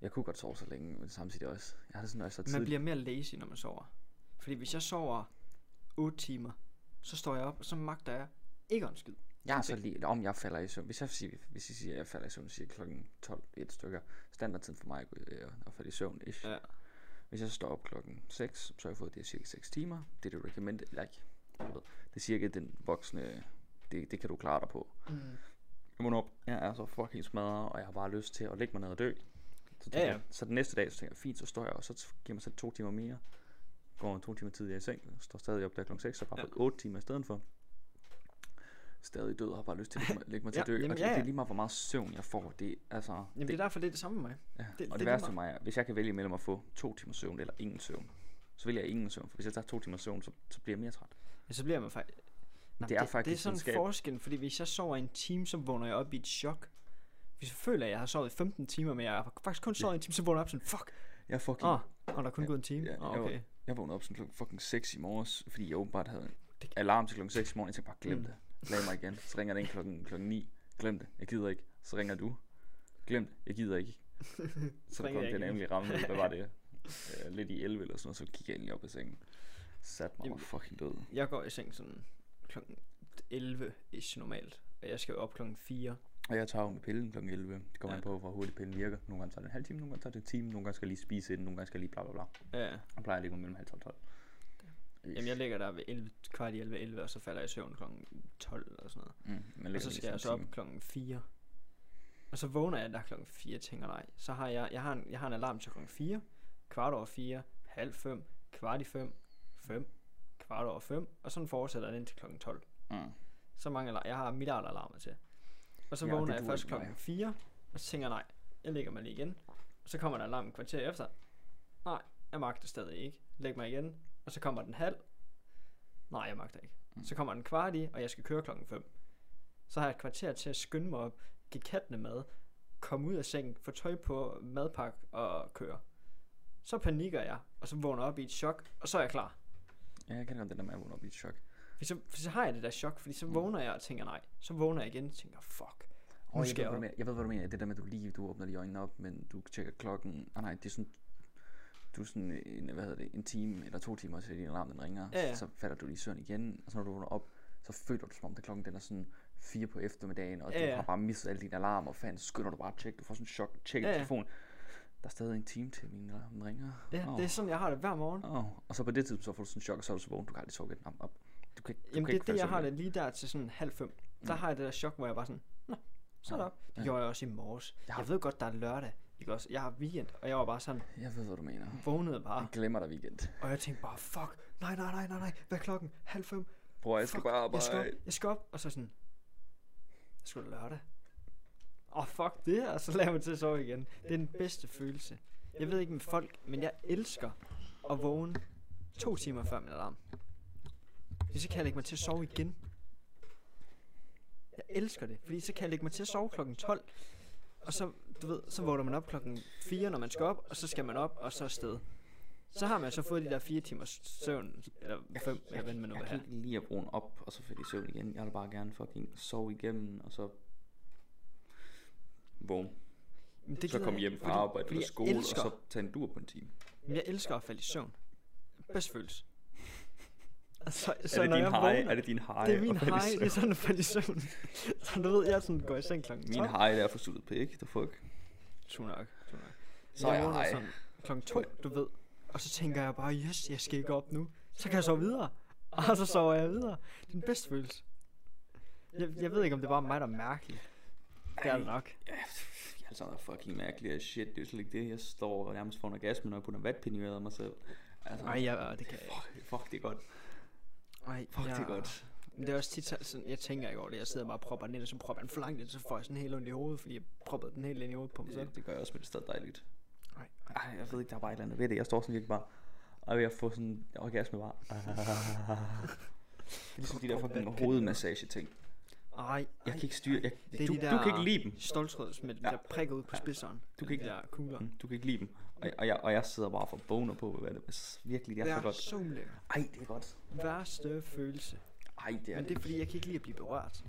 Jeg kunne godt sove så længe, men samtidig også. Jeg havde sådan også så Man tidligt. bliver mere lazy, når man sover. Fordi hvis jeg sover 8 timer, så står jeg op, og så magter jeg ikke en skid. Jeg er så lige, om jeg falder i søvn. Hvis jeg siger, hvis jeg siger, at jeg falder i søvn, siger klokken 12 et stykker. Standardtiden for mig er at gå- øh, at falde i søvn. Ish. Ja. Hvis jeg står op klokken 6, så har jeg fået det i cirka 6 timer. Det er det recommended, eller ikke. Du ved, Det er cirka den voksne, det, det kan du klare dig på. Mm. Jeg vågner op, jeg er så fucking smadret, og jeg har bare lyst til at lægge mig ned og dø. Så, Ja, tænker ja. Jeg, så den næste dag, så tænker jeg, fint, så står jeg, og så t- giver mig selv to timer mere. Går to timer tidligere i seng, står stadig op der klokken 6, så bare Ja. ja. 8 timer i stedet for. Stadig død, og har bare lyst til at lægge mig- lægge mig til at dø. Ja, jamen, og det, ja, det ja. er lige meget, hvor meget søvn jeg får. Det, er altså, Jamen det, det er derfor, det er det samme med mig. ja. det er og det, lige det værste for mig er, hvis jeg kan vælge mellem at få to timer søvn eller ingen søvn, så vælger jeg ingen søvn, for hvis jeg tager to timer søvn, så, så bliver jeg mere træt. Ja, så bliver man faktisk... Nå, Det er faktisk det er sådan videnskab. forskel, fordi hvis jeg sover en time, så vågner jeg op i et chok. Hvis jeg føler, at jeg har sovet i 15 timer, men jeg har faktisk kun sovet en time, så vågner jeg op sådan, fuck, Jeg fucking... åh, oh, og der er kun Ja, gået en time. ja, Ja, jo. okay. Jeg vågnede op sådan klokken fucking 6 i morges, fordi jeg åbenbart havde Det- alarm til klokken 6 i morgen. Jeg tænkte bare, glem Mm. det. Lag mig igen. Så ringer den klokken, klokken 9. Glem det. Jeg gider ikke. Så ringer du. Glem det. Jeg gider ikke. ringer Så kom jeg den ikke nemlig ramme. Hvad var det? Øh, lidt i 11 eller sådan noget. Så gik jeg endelig op i sengen. Sat mig og var Jamen- fucking død. Jeg går i seng sådan kl. 11 ish normalt, og jeg skal jo op klokken 4. Og jeg tager jo med pillen klokken 11. Det kommer Ja. an på, hvor hurtigt pillen virker. Nogle gange tager det en halv time, nogle gange tager det en time. Nogle gange skal jeg lige spise inden, nogle gange skal jeg lige bla bla bla. Ja, Jeg plejer at ligge mig mellem halv 12 og 12. jamen jeg ligger der ved 11, kvart i 11, 11, og så falder jeg i søvn klokken 12 eller sådan noget. Mm, men Og så skal jeg så op klokken 4. Og så vågner jeg der klokken 4 og tænker, nej, så har jeg, jeg har en, jeg har en alarm til klokken 4, kvart over 4, halv 5, kvart i 5, 5, kvart over 5, og sådan fortsætter den indtil klokken 12. Mm. Så mange alarmer, jeg har milliarder alarmer til. Og så Ja, ja, det vågner jeg duer først ikke mig. klokken 4, og så tænker jeg, nej, jeg lægger mig lige igen. Og så kommer der alarm en kvarter efter. Nej, jeg magter stadig ikke. Læg mig igen, og så kommer den halv. Nej, jeg magter ikke. Mm. Så kommer den kvart i, og jeg skal køre klokken 5. Så har jeg et kvarter til at skynde mig op, give kattene mad, komme ud af sengen, få tøj på, madpakke og køre. Så panikker jeg, og så vågner jeg op i et chok, og så er jeg klar. Ja, jeg kender godt den der med at vågne op i et chok. For så, for så har jeg det der chok, fordi Mm. så vågner jeg og tænker nej. Så vågner jeg igen og tænker, fuck. Oh, jeg, skal jeg ved, hvad du op. mener. jeg ved, hvad du mener. Det der med, at du lige du åbner lige øjnene op, men du tjekker klokken. Ah nej, det er sådan... Du er sådan en, hvad hedder det, en time eller to timer til din alarm den ringer. Ja, ja. Så falder du lige i søvn igen, og så når du vågner op, så føler du som om, at klokken den er sådan fire på eftermiddagen, og Ja, du ja. har bare mistet alle dine alarmer, og fanden, så skynder du bare at tjekke. Du får sådan en chok, tjekker Ja, ja. ja, telefonen. Der er stadig en time til min alarm den ringer. Ja, Åh. det er sådan, jeg har det hver morgen. Oh. Og så på det tidspunkt, så får du sådan en chok, og så er du så vågen. Du kan aldrig sove igen. Op, op. Du kan, ikke- du Jamen kan det er ikke det, falde jeg i søvn har igen. det lige der til sådan halv fem. Der har jeg det der chok, hvor jeg bare sådan, nå, så er det Ja. op. Det Ja. gjorde jeg også i morges. Jeg har- Jeg ved godt, der er lørdag. Ikke også? Jeg har weekend, og jeg var bare sådan, Jeg ved, hvad du mener. vågnede Jeg bare. glemmer dig weekend. Og jeg tænkte bare, fuck, nej, nej, nej, nej, nej. Hvad er klokken? Halv fem. Bror, jeg skal Fuck, bare arbejde. Jeg skal op, jeg skal op. Og så sådan, jeg skulle lørdag. Åh, oh, fuck det, og så lader jeg mig til at sove igen. Det er den bedste følelse. Jeg ved ikke med folk, men jeg elsker at vågne to timer før min alarm. Fordi så kan jeg lægge mig til at sove igen. Jeg elsker det, fordi så kan jeg lægge mig til at sove klokken 12. Og så, du ved, så vågner man op klokken 4, når man skal op, og så skal man op, og så afsted. Så har man så fået de der 4 timers søvn, eller 5, eller hvad man nu vil Jeg have. kan ikke lide at vågne op, og så falde i søvn igen. Jeg vil bare gerne fucking sove igennem, og så vågne. Men det Så gider komme jeg hjem ikke, fra fordi- arbejde fordi eller jeg skole, elsker- og så tage en dur på en time. Men jeg elsker at falde i søvn. Bedst følelse. Altså, Så er det når din jeg hej? vågner- Er det din hej? det er min at falde i hej, det søvn? er sådan at falde i søvn. så du ved, jeg sådan går i seng klokken Min 12. hej, det er for suttet pæk. The fuck? True nok, true nok. Så er jeg vågner hej. sådan Klokken to, du ved. Og så tænker jeg bare, yes, jeg skal ikke op nu. Så kan jeg sove videre. Og så sover jeg videre. Det er den bedste følelse. Jeg, jeg ved ikke, om det er bare mig, der er mærkelig. Det er det nok. Ja, pff, Jeg er sådan noget fucking mærkelig og shit. Det er jo slet ikke det. Jeg står nærmest for en orgasme, når jeg putter vatpind i øret af mig selv. Altså, Ej, ja, det kan jeg ikke. fuck, fuck, det er godt. Ej, Fuck, det jeg- er godt. Men det er også tit så- sådan, jeg tænker ikke over det. Jeg sidder bare og propper den ind, og så propper jeg den for langt ind, så får jeg sådan helt ondt i hovedet, fordi jeg proppede den helt ind i hovedet på mig selv. Det, det gør jeg også, men det er stadig dejligt. Ej, Ej, jeg ved ikke, der er bare et eller andet ved det. Jeg står sådan virkelig bare, og jeg får sådan en orgasme bare. Det er ligesom de der fucking hovedmassage ting. Ej, Jeg kan ikke styre, jeg, Det er du, de der- du kan ikke lide dem. stoltråds med ja. Ja. der prikker ud på spidseren. Du kan ikke- De der kugler. Mm, Du kan ikke lide dem. Og, og, jeg, og jeg sidder bare for boner på, hvad det er. Virkelig, det er så Det er godt. så ulækkert. Ej, det er godt. Værste følelse. Ej, det er Men det er fordi, jeg kan ikke lide at blive berørt.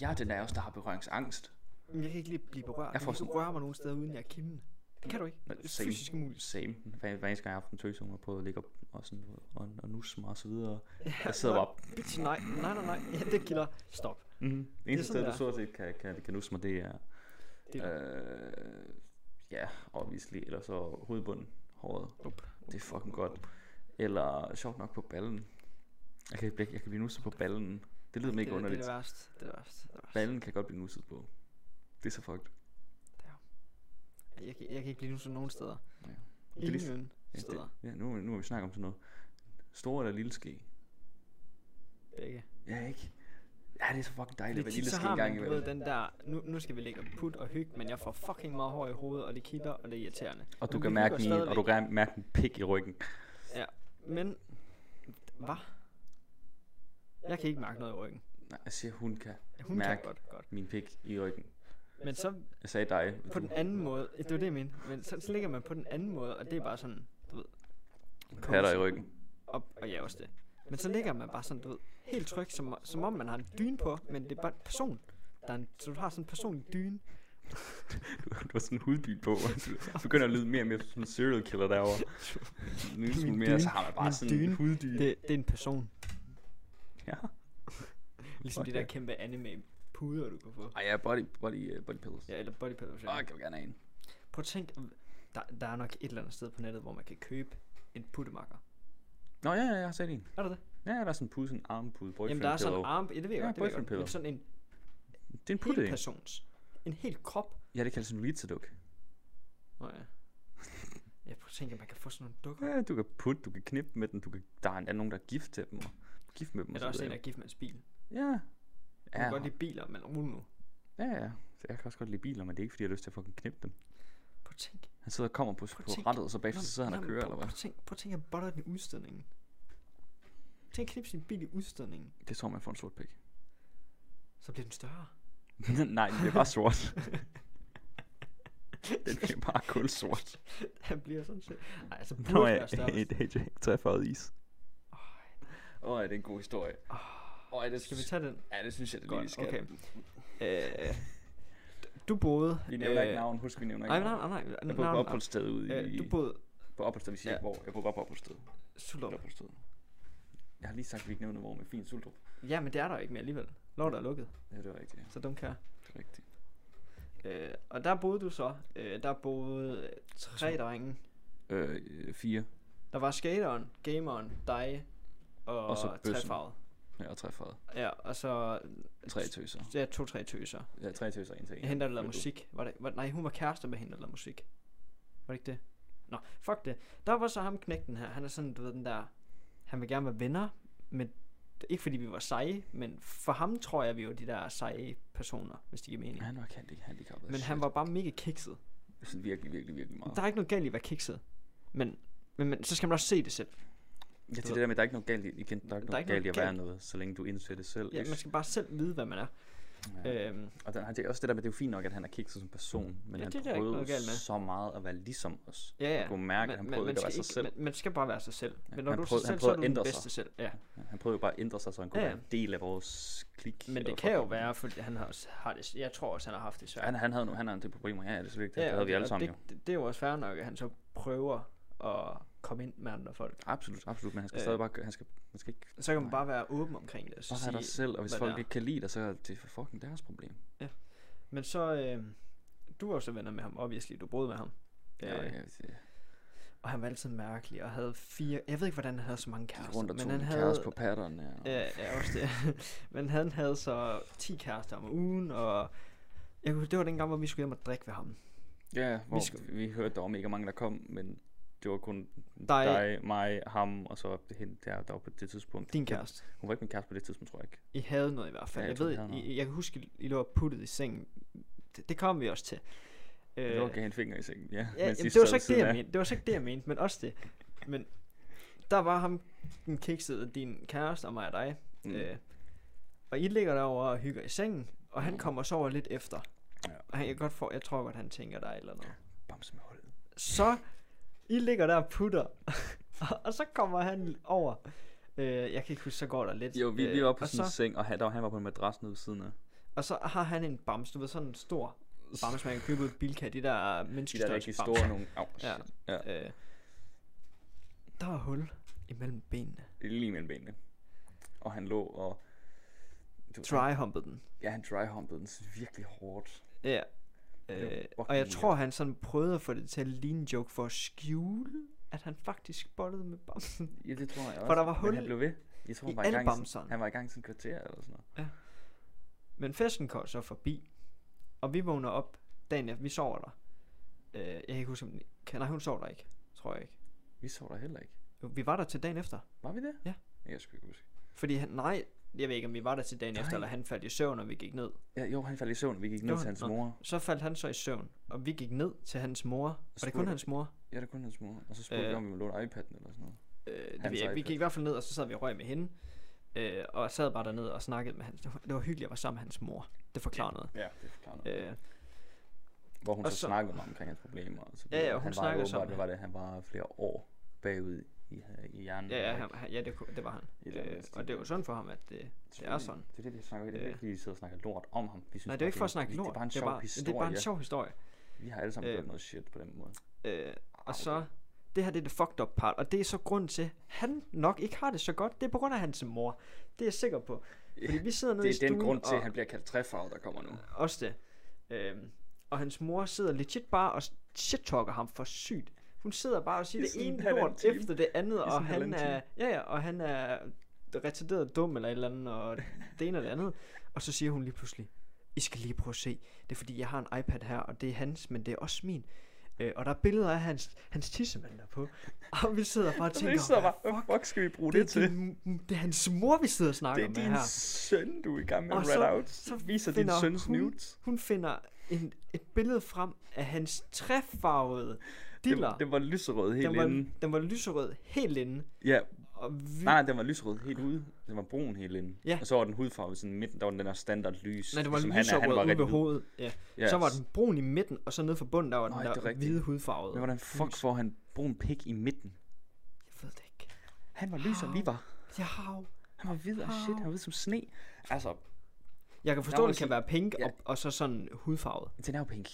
Jeg er den der også, der har berøringsangst. Men jeg kan ikke lide at blive berørt. Jeg Jeg får får du sådan- rører mig nogle steder, uden jeg er kinden. Det kan du ikke. Men Det er same. fysisk umuligt. Same. Hver, hver eneste gang jeg har haft en tøse, hun har prøvet at ligge op og, sådan, og, og nusse mig og så videre. Jeg sidder bare Bitch, nej, nej, nej, nej. Ja, det gælder. Stop. Mm. Det eneste sådan, sted, du det så set kan, kan, kan nusse mig, det er... Det øh, ja, obviously. Eller så hovedbunden, håret. Up, Det er fucking godt. Eller sjovt nok på ballen. Jeg kan, jeg, jeg kan blive nusset på ballen. Det lyder Det, mega er- det er underligt. det værste. Det er det værste. Det er det værste. ballen kan godt blive nusset på. Det er så fucked. Jeg, kan, jeg kan ikke blive nu sådan nogen steder. Ja. Det er lige- Ingen Ja, steder. det, ja nu, nu har vi snakket om sådan noget. Stor eller lille ske? Begge. Ja, ikke? Ja, det er så fucking dejligt Fordi at være tit lille så ske har en gang man, du ved, imellem. den der, nu, nu skal vi ligge og putte og hygge, men jeg får fucking meget hår i hovedet, og det kilder, og det er irriterende. Og du Men kan vi mærke hygger min, og du stadigvæk. kan mærke min pik i ryggen. Men, hvad? Jeg kan ikke mærke noget i ryggen. Nej, jeg siger, hun kan Hun Mærk. kan godt, godt. min pik i ryggen. Men så Jeg sagde dig. på du- den anden måde, det var det, jeg mente, men så, så ligger man på den anden måde, og det er bare sådan, du ved, patter i cozy. ryggen. Og, og ja, også det. Men så ligger man bare sådan, du ved, helt tryg, som, som om man har en dyne på, men det er bare en person. Der er en, så du har sådan en personlig dyne. Du, du har sådan en hudby på, og du begynder at lyde mere og mere som en serial killer derovre. En lille smule Min mere, så dyne. har man bare Min sådan en dyne. huddyne. Det, det er en person. Ja. Ligesom okay. de Okay. der kæmpe anime puder, du kan få. Ej, ja, body, body, uh, body pills. Ja. Ja, eller body pillows. Ja. Fuck, jeg vil gerne have en. Prøv at tænke, der, der er nok et eller andet sted på nettet, hvor man kan købe en puttemakker. Nå, ja, ja, jeg har set en. Er der det? Ja, der er sådan en pude, sådan en armpude, boyfriend Jamen, der er sådan en pillow. arm, ja, det ved jeg Ja, godt, det ved jeg boyfriend godt, men pillow. sådan en Det er en pude, hel ikke? persons, en hel krop. Ja, det kaldes en ritzaduk. Nå ja. Jeg prøver at tænke, at man kan få sådan nogle dukker. Ja, du kan putte, du kan knippe med den, du kan... Der er endda nogen, der er gift til dem, og gift med dem. Er og der så også en, videre. der er gift med en bil? Ja. Du Ja, kan godt lide biler, men rolig nu. ja, ja. Jeg kan også godt lide biler, men det er ikke, fordi jeg har lyst til at fucking knippe dem. Prøv at tænke. Han sidder og kommer på, Prøv at på tænke. rettet, og så bagefter så sidder han nej, og men kører, prøv, eller hvad? prøv at tænke, prøv at tænke, at botter den i udstødningen. Tænk at knippe sin bil i udstødningen, Det tror jeg, man får en sort pik. så bliver den større. Nej, det er bare sort. det bliver bare kul sort. Han bliver sådan set. Ej, altså burde Nå den ja, være større. et AJ træffet is. Øj, Åh, er det en god historie. Åh, er det, Skal vi tage den? Ja, det synes jeg, det lige, Godt, vi skal. okay. Øh, du boede... Vi nævner ikke navn, husk, vi nævner ikke Nej, Øh, navn. nej, nej. nej, Jeg nej, boede på nej, opholdssted ude i... Øh, Du boede... På opholdssted, vi siger Ja. ikke hvor. Jeg boede bare på opholdssted. Suldrup. Opholdssted. Jeg har lige sagt, at vi ikke nævner hvor med fin Suldrup. Ja, men det er der jo ikke mere alligevel. Lort er lukket, Ja, det var rigtigt. ja. så dem kan Det var rigtigt. øh, Og der boede du så. Øh, der boede øh, tre drenge. Øh, fire. Der var skateren, gameren, dig og, Og så bøssen. trefarvet. Ja, og tre fader. Ja, og så Tre tøser. ja, to-tre tøser. Ja, tre tøser, en til en. Ja, hende, der lavede Hørte du? musik. Var det, var, nej, hun var kærester med hende, der lavede musik. Var det ikke det? Nå, fuck det. Der var så ham knægten her. Han er sådan, du ved, den der... Han vil gerne være venner, men ikke fordi vi var seje, men for ham tror jeg, vi var de der seje personer, hvis det giver mening. Han var handik- handicappet. Men han var bare mega kikset. Sådan virkelig, virkelig, virkelig meget. Der er ikke noget galt i at være kikset, men, men, men så skal man også se det selv. Ja, det er det der med, der er ikke noget galt i, igen, der er ikke Der er noget ikke noget galt i at være noget, så længe du indser det selv. Ja, ikke? man skal bare selv vide, hvad man er. Ja. Øhm, Og der, det er også det der med, det er jo fint nok, at han er kikset som person, men Ja, han det er der ikke prøvede noget galt med. så meget at være ligesom os. ja, ja. Du kunne mærke, at han prøvede ikke at være skal sig selv. Man, man skal bare være sig selv. Ja, Men når han du er prøvede- sig han selv, så prøvede er du den at ændre bedste sig. selv. Ja. Ja, Han prøvede jo bare at ændre sig, så han kunne Ja, være ja. en del af vores klik. Men eller det kan jo fucking- være, fordi han har, også- har det, jeg tror også, han har haft det svært. Han, han havde nogle, han havde en del problemer, ja, ja, det er selvfølgelig ikke det. det og havde vi alle og sammen jo. det, Det, det, er jo også fair nok, at han så prøver at komme ind med andre folk. Absolut, absolut, men han skal Øh. stadig bare, gø- han skal, han skal ikke Så kan man Nej. bare være åben omkring det. Og så bare være dig sige, selv, og hvis hvad folk det er. ikke kan lide dig, så er det fucking deres problem. men så, øh, du var jo så venner med ham, obviously, du boede med ham. Ja, Øh, ja, det- Og han var altid mærkelig, og havde fire, jeg ved ikke, hvordan han havde så mange kærester. rundt og tog men han en havde, kæreste på patterne. og- Ja, ja, også det. Men han havde så 10 kærester om ugen, og jeg kunne, det var den gang, hvor vi skulle hjem og drikke ved ham. Ja, hvor skal- vi, vi hørte, der var mega mange, der kom, men det var kun Dig. dig, dig mig, ham, og så hende der, der var på det tidspunkt. Din Jeg- kæreste. Hun var ikke min kæreste på det tidspunkt, tror jeg ikke. I havde noget i hvert fald. Ja, Ja, jeg jeg, tror, vi jeg havde ved, noget. I, jeg kan huske, I lå og puttede i sengen. Det, det kom vi også til. Øh, det Øh, var gav hende finger i sengen, ja. Ja, jamen, mens de det var så ikke sad det, siden jeg af. mente. Det var så ikke det, jeg mente, men også det. Men der var ham, den kiksede, din kæreste og mig og dig. Mm. Øh, og I ligger derovre og hygger i sengen, og han kommer og sover lidt efter. Mm. Ja. Og han, jeg, kan godt for, jeg tror godt, han tænker dig eller noget. Bamse med hullet. Så I ligger der og putter, og så kommer han over. Øh, jeg kan ikke huske, så går der lidt. Øh, Jo, vi, vi var på og, sådan en så, seng, og han, der, var- han var på en madras nede ved siden af. og så har han en bams, du ved, sådan en stor bams, man kan købe ud i Bilka, de der De der menneskestørrelse rigtig store nogle. Au, shit. Ja. Ja. ja. Øh, der var hul imellem benene. Lige mellem benene. Og han lå og... Du, Dryhumpede den. Ja, han dryhumpede den så virkelig hårdt. Ja. Det var Øh, og fucking jeg tror, han sådan prøvede at få det til at ligne en joke for at skjule, at han faktisk bollede med bamsen. Ja, det tror jeg også. For der var Men hul han blev ved. Jeg tror, i han var i alle gang, i bamserne. sådan- han var i gang i sådan en kvarter eller sådan noget. Men festen kom så forbi, og vi vågner op dagen efter. Vi sover der. Øh, jeg kan ikke huske, om... Kan, nej, hun sover der ikke. Tror jeg ikke. Vi så der heller ikke. Jo, Vi var der til dagen efter. Var vi det? Ja. Jeg skulle ikke huske. Fordi han... Nej, jeg ved ikke, om vi var der til dagen nej. Nej. efter, eller han faldt i søvn, og vi gik ned. Ja, jo, han faldt i søvn. Vi gik ned Nå, til hans nå. mor. Så faldt han så i søvn, og vi gik ned til hans mor. Og det er kun spurgte- hans mor. Ja, det er kun hans mor. Og så spurgte Øh. øh. vi, om vi ville låne iPad'en eller sådan noget. Øh, det ved Hans jeg, ikke. vi iPad. gik i hvert fald ned, og så sad vi og røg med hende. Øh, og sad bare dernede og snakkede med hans... Det var, det var hyggeligt at være sammen med hans mor. Det forklarer noget. Ja, det forklarer noget. Øh, Hvor hun og så, så- snakkede med ham omkring hans problemer. Og så Ja, videre. ja, hun han snakkede var, så med åbenbart, hvad var det, han var flere år bagud i, øh, i hjernen. ja, ja, Ikke? han, han- ja det, kunne- det var han. I den Øh, stil, og det er ja. jo sådan for ham, at øh, det, det er Selvfølgelig. sådan. Det er det, vi snakker om. Det er Øh. ikke, fordi vi sidder og snakker lort om ham. Vi synes Nej, det er bare, jo ikke for at snakke lort. Det er bare en sjov historie. Det er bare en sjov historie. Vi har alle sammen Øh. gjort noget shit på den måde. Øh, og så, det her det er det fucked up part, og det er så grund til, han nok ikke har det så godt. Det er på grund af hans mor. Det er jeg sikker på. Fordi vi sidder nede Det i er stuen, den grund til, og at han bliver kaldt træfarvet, der kommer nu. også det. Øhm, og hans mor sidder legit bare og shit-talker ham for sygt. Hun sidder bare og I siger det sådan en ene halvanden lort time. efter det andet, og sådan en han, halvanden er, ja, ja, og han er retarderet dum eller et eller andet, og det ene og det andet. Og så siger hun lige pludselig, I skal lige prøve at se, det er fordi, jeg har en iPad her, og det er hans, men det er også min. Øh, og der er billeder af hans, hans tissemand der på. Og vi sidder bare og Så vi tænker, sidder "Hvad bare, hvad fuck skal vi bruge det, det, er til? din, det er hans mor, vi sidder og Det snakker er med din her. søn, du er i gang med at Og red så- out. så Viser din finder søns hun- nudes. Hun finder en, et billede frem af hans træfarvede diller. Den, den var lyserød helt den, var, inde. den var lyserød helt inde. Ja, Og vi, nej, den var lyserød helt ude. Den var brun helt inde. Ja. Og så var den hudfarvet sådan i midten, der var den der standard lys. nej, det var ligesom lyserød han, ude rigtig ved hvid. hovedet. Ja. Ja. Så var den brun i midten, og så nede for bunden, der var den Nej, det er der rigtigt. hvide hudfarvede. Men hvordan fuck får han brun pik i midten? Jeg ved det ikke. Han var lys, og vi var. Ja, hav. Han var hvid og shit, han var hvid som sne. Altså, Jeg kan må forstå, at den sige- kan være pink ja. og, og så sådan hudfarvet. den er jo pink.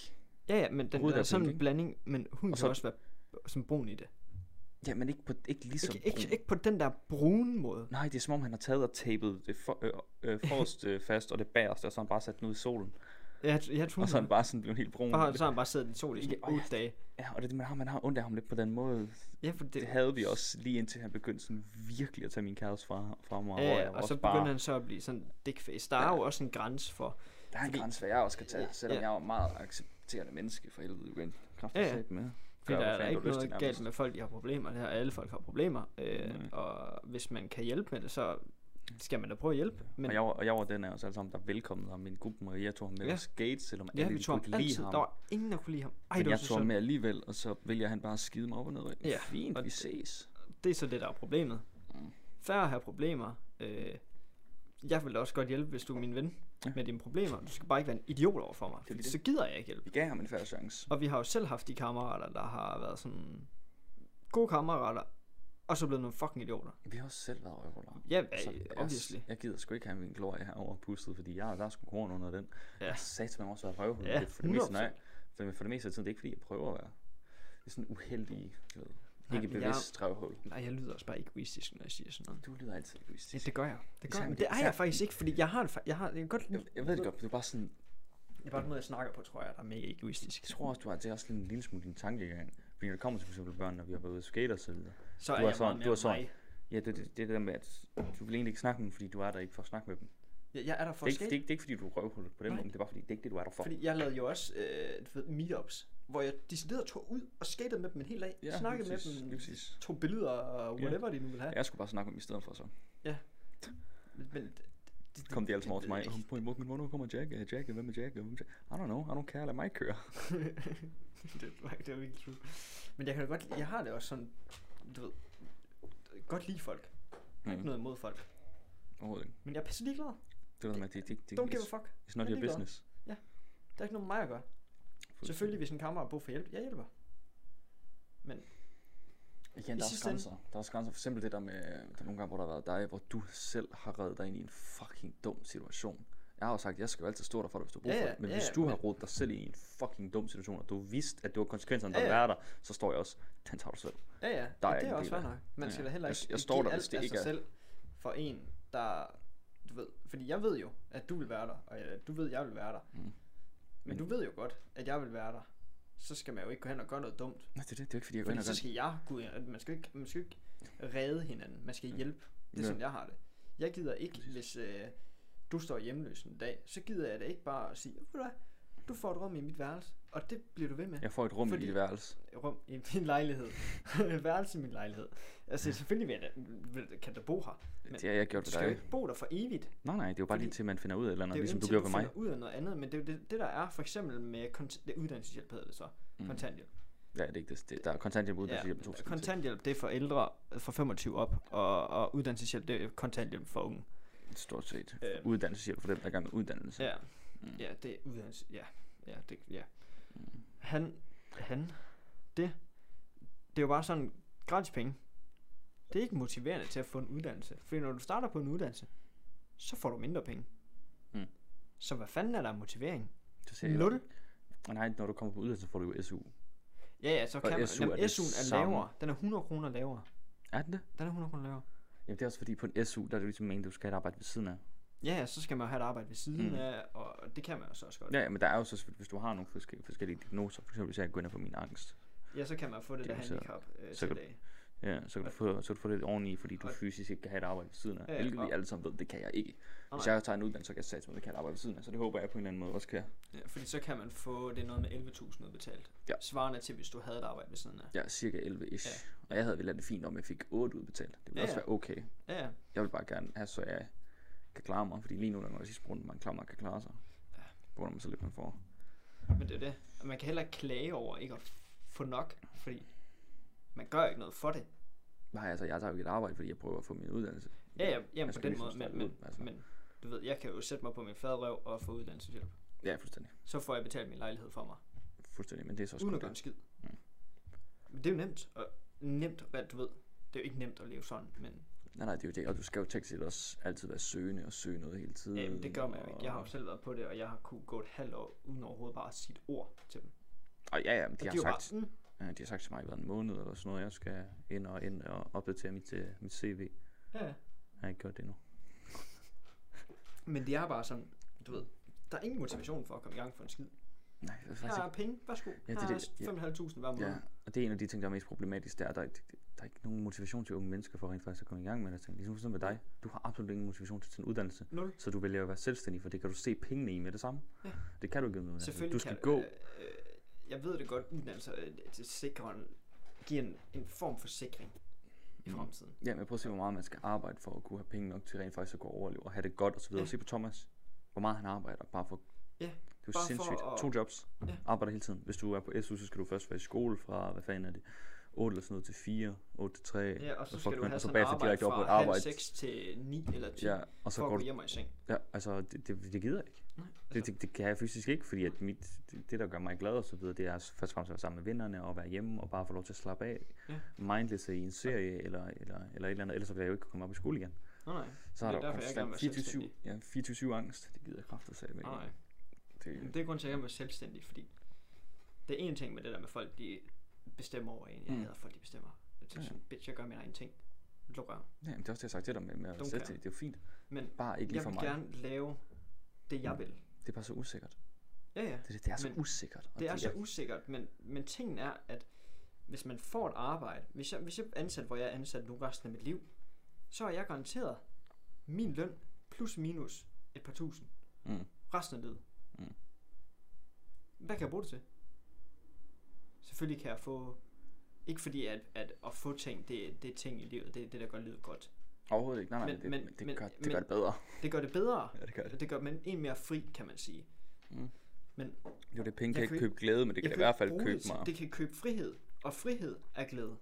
Ja, ja, men den Huden der er er sådan pink, en ikke? blanding, men huden kan Og så- også være som brun i det. Ja, men ikke, på, ikke ligesom Ikke, ikke, brun. ikke på den der brune måde. Nej, det er som om, han har taget og tapet det for, øh, øh, forrest øh, fast, og det bagerste, og så har han bare sat den ud i solen. Jeg, tr- jeg tror, Og så er han han bare sådan blevet helt brun. bare, så har han bare siddet i sol i sådan Ja, og 8 jeg- dage. Ja, og det, er det, man har, man har ondt af ham lidt på den måde. Ja, for det, Det havde vi også lige indtil han begyndte sådan virkelig at tage min kæreste fra, fra mig. hvor Ja, jeg og også så begynder han så at blive sådan dickface. Der er jo også en grænse for... Der er en fordi- grænse, hvad jeg også kan tage, selvom ja. jeg er jo meget accepterende menneske for helvede. Du kan kraftigt Ja, ja. ja. med. Fordi Gør, der hvad er der fanden du ikke har lyst til noget galt nærmest. Mm. med folk, de har problemer. Det her, alle folk har problemer. Nej. Øh, og hvis man kan hjælpe med det, så skal man da prøve at hjælpe. Men Men... Og, jeg var, og jeg var den af os alle sammen, der velkomnede ham i en gruppe, og jeg tog ham med Ja. ja. skate, selvom ja, alle vi de tog kunne ham ikke lide altid. ham. Der var ingen, der kunne lide ham. Ej, men det var jeg så tog ham synd. med alligevel, og så vælger han bare at skide mig op og ned. Ja. Ja, Fint, og vi det- ses. Det er så det, der er problemet. Mm. Færre at have problemer. Øh, jeg vil da også godt hjælpe, hvis du er min ven Ja. med dine problemer. Du skal bare ikke være en idiot over for mig, er fordi det. så gider jeg ikke hjælpe. Vi gav ham en færre chance. Og vi har jo selv haft de kammerater, der har været sådan gode kammerater, og så blevet nogle fucking idioter. Vi har også selv været røvhuller. Ja, Så øh, obviously. Jeg, jeg gider sgu ikke have min glorie herover pustet, fordi jeg, der er sgu korn under den. Ja. Jeg sagde til mig også, at røvhul, Ja, ja, for det meste 100%. nej. For, for det meste af tiden, det er ikke fordi, jeg prøver at være. Det er sådan uheldige, du ved, Nej, ikke men jeg- bevidst jeg... røvhul. Nej, jeg lyder også bare egoistisk, når jeg siger sådan noget. Du lyder altid Ja, egoistisk. det gør jeg. Det gør Især- jeg. Men det er især- jeg faktisk ikke, fordi jeg har en fa- jeg har, jeg kan godt Jeg, lide. jeg ved det godt, men det er bare sådan, Det er bare den måde, jeg snakker på, tror jeg, der er mega egoistisk. jeg tror også, du har, det er også lidt en lille smule din tankegang. Fordi når det kommer til for eksempel børn, når vi har været ude og skate og så videre. Så du er er jeg sådan- meget du er mere sådan. mig. Ja, det, det, det er det der med, at du vil egentlig ikke snakke med dem, fordi du er der ikke for at snakke med dem. Det Jeg, jeg er der for er, at ikke, det, er skate, ikke, det er ikke fordi, du er røvhullet på den Nej. måde, men det er bare fordi, det er ikke det, du er der for. fordi jeg lavede jo også øh, du ved, meetups, hvor jeg decideret tog ud og skatede med dem en hel dag. Ja, snakkede lige med præcis, dem, lige præcis. tog billeder og Ja. whatever de nu vil have. Jeg skulle bare snakke med dem i stedet for så. Men, men det- det- kom de alle det- sammen over til mig. det- "Åh, Morten, Morten, hvornår kommer Jack? Øh, Jack, hvem er Jack? Hvem er Jack? I don't know, I don't care, lad mig køre. det, var, det var virkelig true. Men jeg kan da godt, jeg har det også sådan, du ved, godt lide folk. Jeg har ikke Mm. noget imod folk. Overhovedet ikke. Men jeg er pisse ligeglad. Det der med, det, det, det, Don't give a it's, fuck. it's not Jeg er your ligeglad. business. Der er ikke noget med mig at gøre. Selvfølgelig, hvis en kammerat har brug for hjælp, jeg hjælper. Igen, I der er også sidste ende- grænser. Der er også grænser. For eksempel det der med, der er nogle gange, hvor der har været dig, hvor du selv har reddet dig ind i en fucking dum situation. Jeg har jo sagt, jeg skal jo altid stå der for dig, hvis du har brug Ja, for ja, det. Men ja, hvis ja, du men- har rodet dig selv ind i en fucking dum situation, og du vidste, at det var konsekvenserne, der Ja, ja, ja. var der, så står jeg også, den tager du selv. Ja, ja, Der der er er det ikke er en også del af fair nok. Man Ja. skal da heller Jeg- ikke jeg står give der, alt hvis det af ikke sig er- selv for en, der, du ved, fordi jeg ved jo, at du vil være der, og øh, du ved, at jeg vil være der. Mm. Mm. Men du ved jo godt, at jeg vil være der. Så skal man jo ikke gå hen og gøre noget dumt. Nej, det er det. Det er jo ikke, fordi jeg går ind Fordi og så gør skal jeg gå ind, og- man skal jo ikke, man skal jo ikke redde hinanden, man skal hjælpe. Det er Ja. sådan, jeg har det. Jeg gider ikke, hvis øh, du står hjemløs en dag, så gider jeg da ikke bare at sige, "Ved du hvad, du får et rum i mit værelse, og det bliver du ved med Jeg får et rum i Fordi- dit værelse. rum i min lejlighed. Værelse i min lejlighed. Altså selvfølgelig vil jeg da, vil, kan du bo her. Men Det har jeg gjort Du ved skal jo dig. ikke bo der for evigt. Det Nej, nej, det er jo bare Fordi- lige til, man finder ud af et eller er andet, jo ligesom du indtil gjorde ved mig. finder ud af noget andet, men det er jo det, det der er for eksempel med kont- det er uddannelseshjælp hedder det så. Mm. Kontanthjælp. Ja, det er ikke det. det der er kontanthjælp ud, der siger to forskellige kontanthjælp det er for ældre øh, fra 25 op, og, og uddannelseshjælp det er kontanthjælp for unge. ting. Stort set. Øhm. Uddannelseshjælp for dem, der er i gang med uddannelse. Ja, Mm. ja det er uddannelse, ja. ja, det, ja. Han, han, det, det er jo bare sådan gratis penge. Det er ikke motiverende til at få en uddannelse. Fordi når du starter på en uddannelse, så får du mindre penge. Mm. Så hvad fanden er der af motivering? Så siger jeg, Nul? Og nej, når du kommer på uddannelse, får du jo SU. Ja, ja, så Og kan man. SU er Jamen, det SU'en er samme. lavere. Den er 100 kroner lavere. Er den det? Den er 100 kroner lavere. Jamen det er også fordi, på en SU, der er det jo ligesom meningen, du skal have et arbejde ved siden af. Ja, ja, så skal man jo have et arbejde ved siden Mm. mm. af, og det kan man jo så også godt. Ja, ja, men der er jo så, selvfølgelig- hvis du har nogle forskellige, forskellige diagnoser, for eksempel hvis jeg går ind og får min angst, Ja, så kan man få det, Det der er jo så- handicap øh, så så kan- til dag. ja, så kan du få, så kan du få det oveni, fordi du Og- fysisk ikke kan have et arbejde ved siden af. Ja, ja, Hvilket vi og- alle sammen ved, det kan jeg ikke. Og Hvis nej. jeg tager en uddannelse, så kan jeg satse mig, at jeg kan have et arbejde ved siden af, så det håber jeg på en eller anden måde også kan. Ja, fordi så kan man få, det er noget med 11.000 udbetalt. Ja. Svarende til, hvis du havde et arbejde ved siden af. Ja, cirka 11-ish. Ja, Ja. Og jeg havde vel det fint om, jeg fik 8 udbetalt. Det ville Ja, også ja. være okay. Ja, ja. Jeg vil bare gerne have, så jeg kan klare mig, fordi lige nu, når man er sidst på runden, man klarer, man kan klare sig. Ja. På grund af, så lidt man får. Men det er det. Og man kan heller ikke klage over ikke at f- få nok, fordi man gør ikke noget for det. Nej, altså, jeg tager jo ikke et arbejde, fordi jeg prøver at få min uddannelse. Ja, ja, jamen Altså, på det er den ligesom måde. Men, strøget men, ud, altså. men du ved, jeg kan jo sætte mig på min faderøv og få uddannelseshjælp. Ja, fuldstændig. Så får jeg betalt min lejlighed for mig. Fuldstændig, men det er så også Uden at godt, gøre en skid. Mm. Men det er jo nemt. Og nemt, hvad du ved. Det er jo ikke nemt at leve sådan, men Nej, nej, det er jo det. Og du skal jo teknisk set også altid være søgende og søge noget hele tiden. Jamen, det gør man jo ikke. Jeg har jo Øhm, og- selv været på det, og jeg har kunne gå et halvt år uden overhovedet bare at sige et ord til dem. Og ja, ja, men Og de har, jo sagt, bare, mm, ja, de har sagt til mig, at en måned eller sådan noget, jeg skal ind og ind og opdatere mit, øh, mit CV. Jeg ja, ja. har ikke gjort det endnu. Men det er bare sådan, du ved, der er ingen motivation for at komme i gang for en skid. Nej, det er faktisk Her ikke. er penge, værsgo. Ja, det er det, det. Ja. Her er 5.500 hver måned. Ja, og det er en af de ting, der er mest problematisk, det er, at der, er ikke- der er ikke nogen motivation til unge mennesker for rent faktisk at komme i gang med deres ting. Ligesom sådan med dig, du har absolut ingen motivation til din uddannelse, Nul. så du vælger at være selvstændig, for det kan du se pengene i med det samme. Ja. Det kan du ikke med. det. Selvfølgelig Altså, Du skal kan, gå. Øh, øh, jeg ved det godt, men altså, øh, det sikrer en, giver en, en form for sikring i Mm. fremtiden. Ja, men prøv at se, hvor meget man skal arbejde for at kunne have penge nok til rent faktisk at kunne overleve og have det godt osv. Ja. Ja. Se på Thomas, hvor meget han arbejder bare for... Ja, det er jo bare for sindssygt. at- To jobs. Ja. Ja. Arbejder hele tiden. Hvis du er på SU, så skal du først være i skole fra, hvad fanden er det, 8 eller sådan noget til 4, 8 til 3. Ja, og så og skal fuck, du man- have og så sådan bagefter arbejde direkte op på fra et halv arbejde. seks til 9 eller 10, ja, ja og så for at går gå du... hjem og i seng. Ja, altså, det, det, det gider jeg ikke. Nej, Det, altså, det, det kan jeg fysisk ikke, fordi at mit, det, det, der gør mig glad og så videre, det er først og fremmest at være sammen med vennerne og være hjemme og bare få lov til at slappe af. Ja. Mindless i en serie eller, eller, eller et eller andet, ellers så vil jeg jo ikke kunne komme op i skole igen. nej, nej, Så har Det der er jo derfor, jeg gerne vil være konstant 24-7 ja, 24 angst. Det gider jeg kraftigt sagde nej, nej. Det, Det er grunden til, at jeg gerne vil være selvstændig, fordi det er en ting med det der med folk, de bestemmer over en. Jeg Mm. hader folk, de bestemmer. Jeg tænker Ja. sådan, bitch, jeg gør min egen ting. Luk røven. ja, men det er også det, jeg har sagt til dig med, med at Don't være care. selvstændig. Det er jo fint. Men Bare ikke lige jeg for vil mig. gerne lave det, jeg Mm. vil. Det er bare så usikkert. Ja, ja. Det, er det, det er så Men usikkert. og Det er så jeg- usikkert, men, men tingen er, at hvis man får et arbejde, hvis jeg, hvis jeg er ansat, hvor jeg er ansat nu resten af mit liv, så er jeg garanteret min løn plus minus et par tusind Mm. resten af livet. Mm. Hvad kan jeg bruge det til? Selvfølgelig kan jeg få... Ikke fordi, at, at at få ting, det, det er ting i livet, det er det, der gør livet godt. Overhovedet ikke. Nej, nej, Men- men, det, men- men, det, men- gør, det men- gør det bedre. Det gør det bedre, Ja, det gør det. det gør men en mere fri, kan man sige. Jo, det er penge, Jeg kan ikke kan købe glæde, men Jeg det kan da i ikke hvert fald bruge købe det, til- mig. Det kan købe frihed, og frihed er glæde.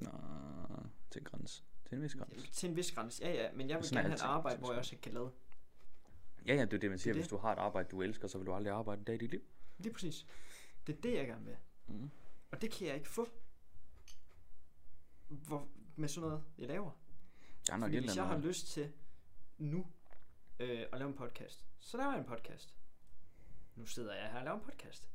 Nå, til en grænse. Til en vis grænse. Til en vis grænse, ja ja, men jeg vil Sådan er gerne have et alting, arbejde, synes hvor jeg jeg. også er glad. Ja, ja, det er jo det, man siger. det. Hvis du har et arbejde, du elsker, så vil du aldrig arbejde en dag i dit liv. Lige præcis. Det er det, jeg gerne vil. Mm. Og det kan jeg ikke få. Hvor, med sådan noget, jeg laver. Der er nok et Fordi eller hvis jeg andet. har her. lyst til nu øh, at lave en podcast, så laver jeg en podcast. Nu sidder jeg her og laver en podcast.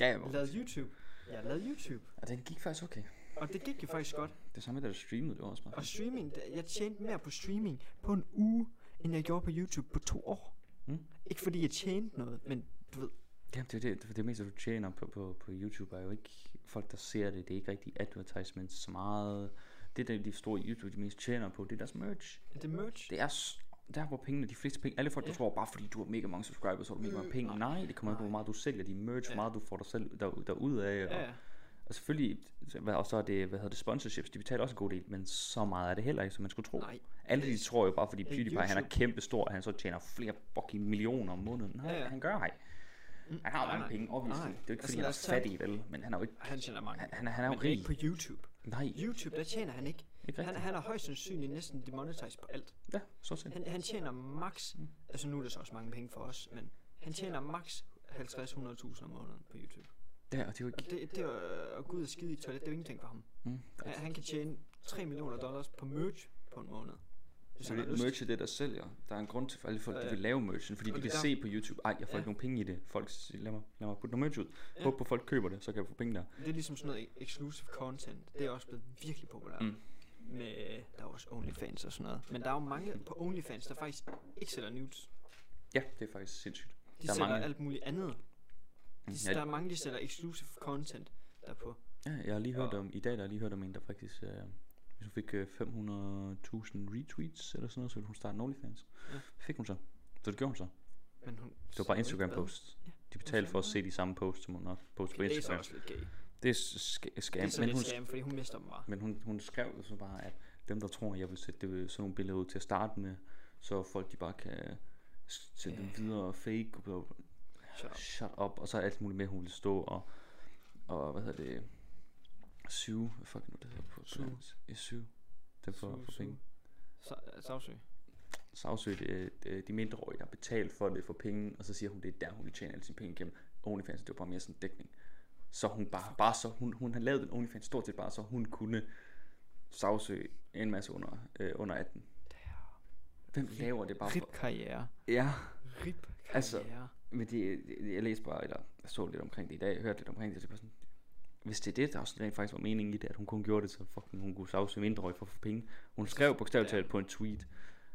Ja, ja, Jeg hvor- har lavet YouTube. Jeg har lavet YouTube. ja, den gik faktisk okay. Og det gik jo faktisk godt. Det samme, da du streamede, det var også bare. Og streaming, det- jeg tjente mere på streaming på en uge, end jeg gjorde på YouTube på to år. Mm. Ikke fordi jeg tjente noget, men du ved, Jamen, det er jo det, det, det meste, du tjener på, på, på YouTube, er jo ikke folk, der ser det. Det er ikke rigtig advertisements så meget. Det, der de store YouTube, de mest tjener på, det er deres merch. det er merch. Det er s- der, hvor pengene, de fleste penge, alle folk, Ja. de tror bare, fordi du har mega mange subscribers, så har du mega mange Øh, nej. penge. Nej, det kommer an på, Nej. hvor meget du sælger din merch, Ja. hvor meget du får dig selv der, derude af. Og, Ja, ja. og selvfølgelig, hvad- og så er det, hvad hedder det, sponsorships, de betaler også en god del, men så meget er det heller ikke, som man skulle tro. Nej. Alle de Øh, tror jo bare, fordi PewDiePie, han er YouTube- kæmpe stor, at han så tjener flere fucking millioner om måneden. Nej, Ja, ja. Mm. han gør ej. Han har jo nej, mange nej. penge, obviously. Nej. Det er jo ikke, Altså, fordi han lad er os tage- fattig, vel? Men han er jo ikke... Han tjener mange. Han, han, er- han er jo Men det er rig. ikke på YouTube. Nej, YouTube, der tjener han ikke. ikke Han, rigtigt. han er højst sandsynligt næsten demonetized på alt. Ja, så set. Han, han tjener max, Mm. altså nu er det så også mange penge for os, men han tjener max 50-100.000 om måneden på YouTube. Ja, og det er jo Og ikke... det, det er at gå ud og skide i et toilet, det er jo ingenting for ham. Mm. Han, han kan tjene 3 millioner dollars på merch på en måned. Hvis Så han har Altså, det, lyst. merch er det, der sælger. Der er en grund til, at alle folk Ja, de ja. vil lave merchen, fordi Og de det kan er se på YouTube, ej, jeg får Ja. ikke nogen penge i det. Folk siger, lad mig, lad mig putte noget merch ud. Ja. Håb på, folk køber det, så kan jeg få penge der. Det er ligesom sådan noget exclusive content. Det er også blevet virkelig populært. Mm. Med, der er også OnlyFans og sådan noget. Men der er jo mange på OnlyFans, der faktisk ikke sælger nudes. Ja, det er faktisk sindssygt. De Der er sælger mange- alt muligt andet. Mm, De, Ja, Der er mange, der sælger exclusive content derpå. Ja, jeg har lige hørt om, i dag der har jeg lige hørt om en, der faktisk, øh, hvis hun fik øh, 500.000 retweets eller sådan noget, så ville hun starte en OnlyFans. Ja. Ja. Fik hun så. Så det gjorde hun så. Men hun Det var bare Instagram posts. Ja. De betalte for at se de samme posts, som hun også postede på Okay, det er så Instagram. også lidt gay. Det er sk- det er skam, så men lidt hun, scam, fordi hun mister dem bare. men hun, hun skrev jo så bare, at dem, der tror, jeg vil sætte det, sådan nogle billeder ud til at starte med, så folk de bare kan s- sende dem Ja. videre og fake og bla, bla, bla. Shut up. Shut up. Og så alt muligt med, hun ville stå og, og hvad hedder det, syge, hvad fuck er nu det hedder på Suge. dansk? Ja, syge. Dem for, Suge, for suge. penge. Sa- Savsø. Sagsøgte øh, øh, de mindreårige, der har betalt for det for penge, og så siger hun, det er der, hun vil tjene alle sine penge igennem. OnlyFans, det var bare mere sådan en dækning. Så hun bare, bare så, hun, hun havde lavet en OnlyFans stort set bare, så hun kunne Sagsø en masse under, øh, under 18. Hvem laver det bare for? Rip karriere. Ja, Rip karriere. Altså, Altså, men det, det- jeg læste bare, eller jeg så lidt omkring det i dag, hørte lidt omkring det, det var sådan, hvis det er det, der sådan rent faktisk var meningen i det, at hun kun gjorde det, så fucking hun kunne sagsøge mindreårige for at få penge. Hun skrev bogstaveligt Ja. talt på en tweet,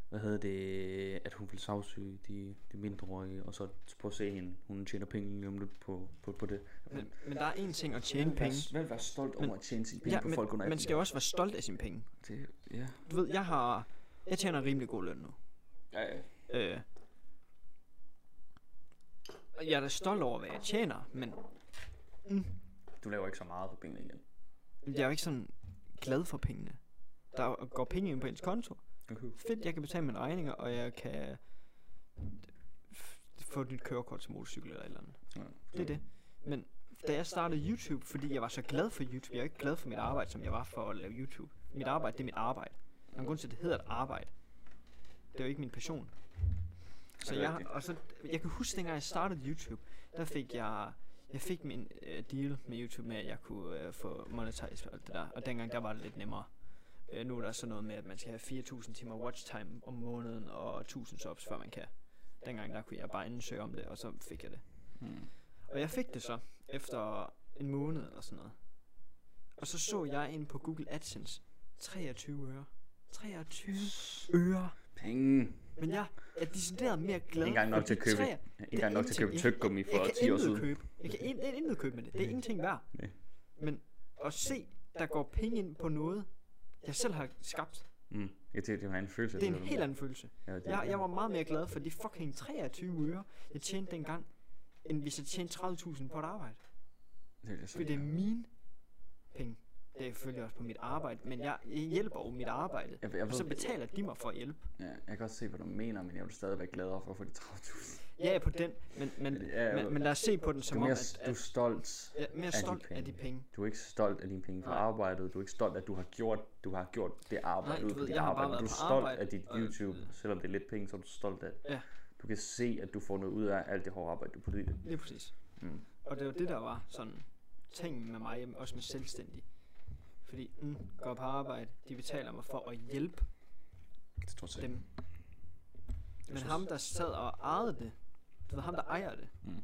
hvad hedder det, at hun ville sagsøge de, de mindreårige, og så prøve at se hende, hun tjener penge lige om lidt på, på, på det. men, men der er en ting at tjene Hvem vil være- penge. Hvem vil være stolt over at tjene sine penge Ja, på folk under men 18? man skal jo også være stolt af sine penge. Det, ja. Du ved, jeg har... Jeg tjener rimelig god løn nu. Ja, ja. Øh. og Jeg er da stolt over, hvad jeg tjener, men Du laver ikke så meget for pengene igen. jeg er jo ikke sådan glad for pengene. Der går penge ind på ens konto. Uh-huh. Fedt, jeg kan betale mine regninger, og jeg kan f- få et nyt kørekort til motorcykel eller et eller andet. Ja. Det er det. Men da jeg startede YouTube, fordi jeg var så glad for YouTube, jeg er ikke glad for mit arbejde, som jeg var for at lave YouTube. Mit arbejde, det er mit arbejde. Der er en grund til, at det hedder et arbejde. Det er jo ikke min passion. Så Er det jeg, rigtigt? og så, jeg kan huske, dengang jeg startede YouTube, der fik jeg, jeg fik min øh, deal med YouTube med, at jeg kunne øh, få monetized og alt det der. Og dengang, der var det lidt nemmere. Øh, nu er der sådan noget med, at man skal have 4.000 timer watch time om måneden og 1.000 subs, før man kan. Dengang, der kunne jeg bare ansøge om det, og så fik jeg det. Hmm. Og jeg fik det så efter en måned eller sådan noget. Og så så jeg ind på Google AdSense 23 øre. 23 øre. Penge. Men jeg er decideret mere glad Ikke engang nok for til at de købe, treer. ikke Det er engang nok til at købe ingenting. tyggegummi for Jeg kan 10 år intet siden. købe. Jeg kan in- in- intet købe med det. Det er ingenting værd. Nej. Men at se, der går penge ind på noget, jeg selv har skabt. Mm. Ja, det, det var en følelse. Det er en der var- helt anden følelse. Ja, det, Jeg, jeg var meget mere glad for de fucking 23 øre, jeg tjente dengang, end hvis jeg tjente 30.000 på et arbejde. det, det, For det er mine penge. Det er selvfølgelig også på mit arbejde, men jeg, jeg hjælper jo mit arbejde. jeg, jeg, Og så ved, betaler de mig for at hjælpe. ja, jeg kan godt se, hvad du mener, men jeg vil stadig være gladere for at få de 30.000. Ja, jeg er på den, men, men, Ja, jeg ved. men, men lad os se på den Du som er, om, mere, at, du at er stolt. jeg er mere de stolt af de penge. penge. Du er ikke stolt af dine penge fra Nej. arbejdet. Du er ikke stolt, at du har gjort, du har gjort det arbejde Nej, ud du fra ved, dit jeg har bare arbejde. Du er været på stolt arbejde, af dit og- øh, YouTube, selvom det er lidt penge, så er du stolt af det. Ja. Du kan se, at du får noget ud af alt det hårde arbejde, du putter i det. Lige præcis. Mm. Og det var det, der var sådan ting med mig, også med selvstændig. Fordi, mm, går på arbejde, de betaler mig for at hjælpe Det tror jeg. dem. Men synes- ham, der sad og ejede det, du ved, ham, der ejer det. Mm. Prøv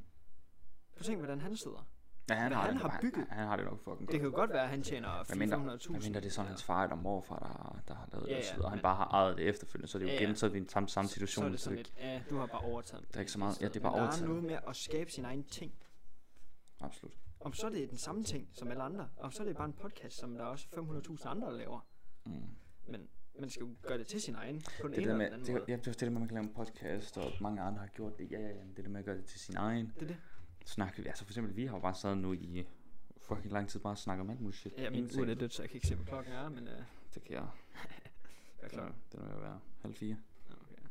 at tænke, hvordan han sidder. Ja, han, Hvad har, han det, har han- bygget. Han, har det nok fucking Det godt. kan jo godt være, at han tjener 400.000. Hvad mindre, hvad mindre det er sådan eller- hans far eller morfar, der, har- der har lavet Ja, det og så ja, videre, og han men- bare har ejet det efterfølgende, så er det jo Ja, ja, ja. igen, så er vi i den samme, samme situation. så er det sådan det- lidt, ja, du har bare overtaget. Der er ikke så meget- ja, det er bare Men Der overtaget. er noget med at skabe sin egen ting. Absolut. Om så det er den samme ting som alle andre, om så er det bare en podcast, som der er også 500.000 andre, der laver. Mm. Men man skal jo gøre det til sin egen, på den ene Det, der eller med, den anden det, måde. ja, det er også det der med, at man kan lave en podcast, og mange andre har gjort det. Ja, ja, ja. men Det er det med at gøre det til sin egen. Det er det. Snak, altså for eksempel, vi har jo bare siddet nu i fucking lang tid bare og snakket om alt muligt shit. Ja, min Ingenting. ur er dødt, så jeg kan ikke se, hvad klokken er, men øh, Det kan jeg. hvad er Det er, klokken? det er ved at være halv fire. Nå, Okay.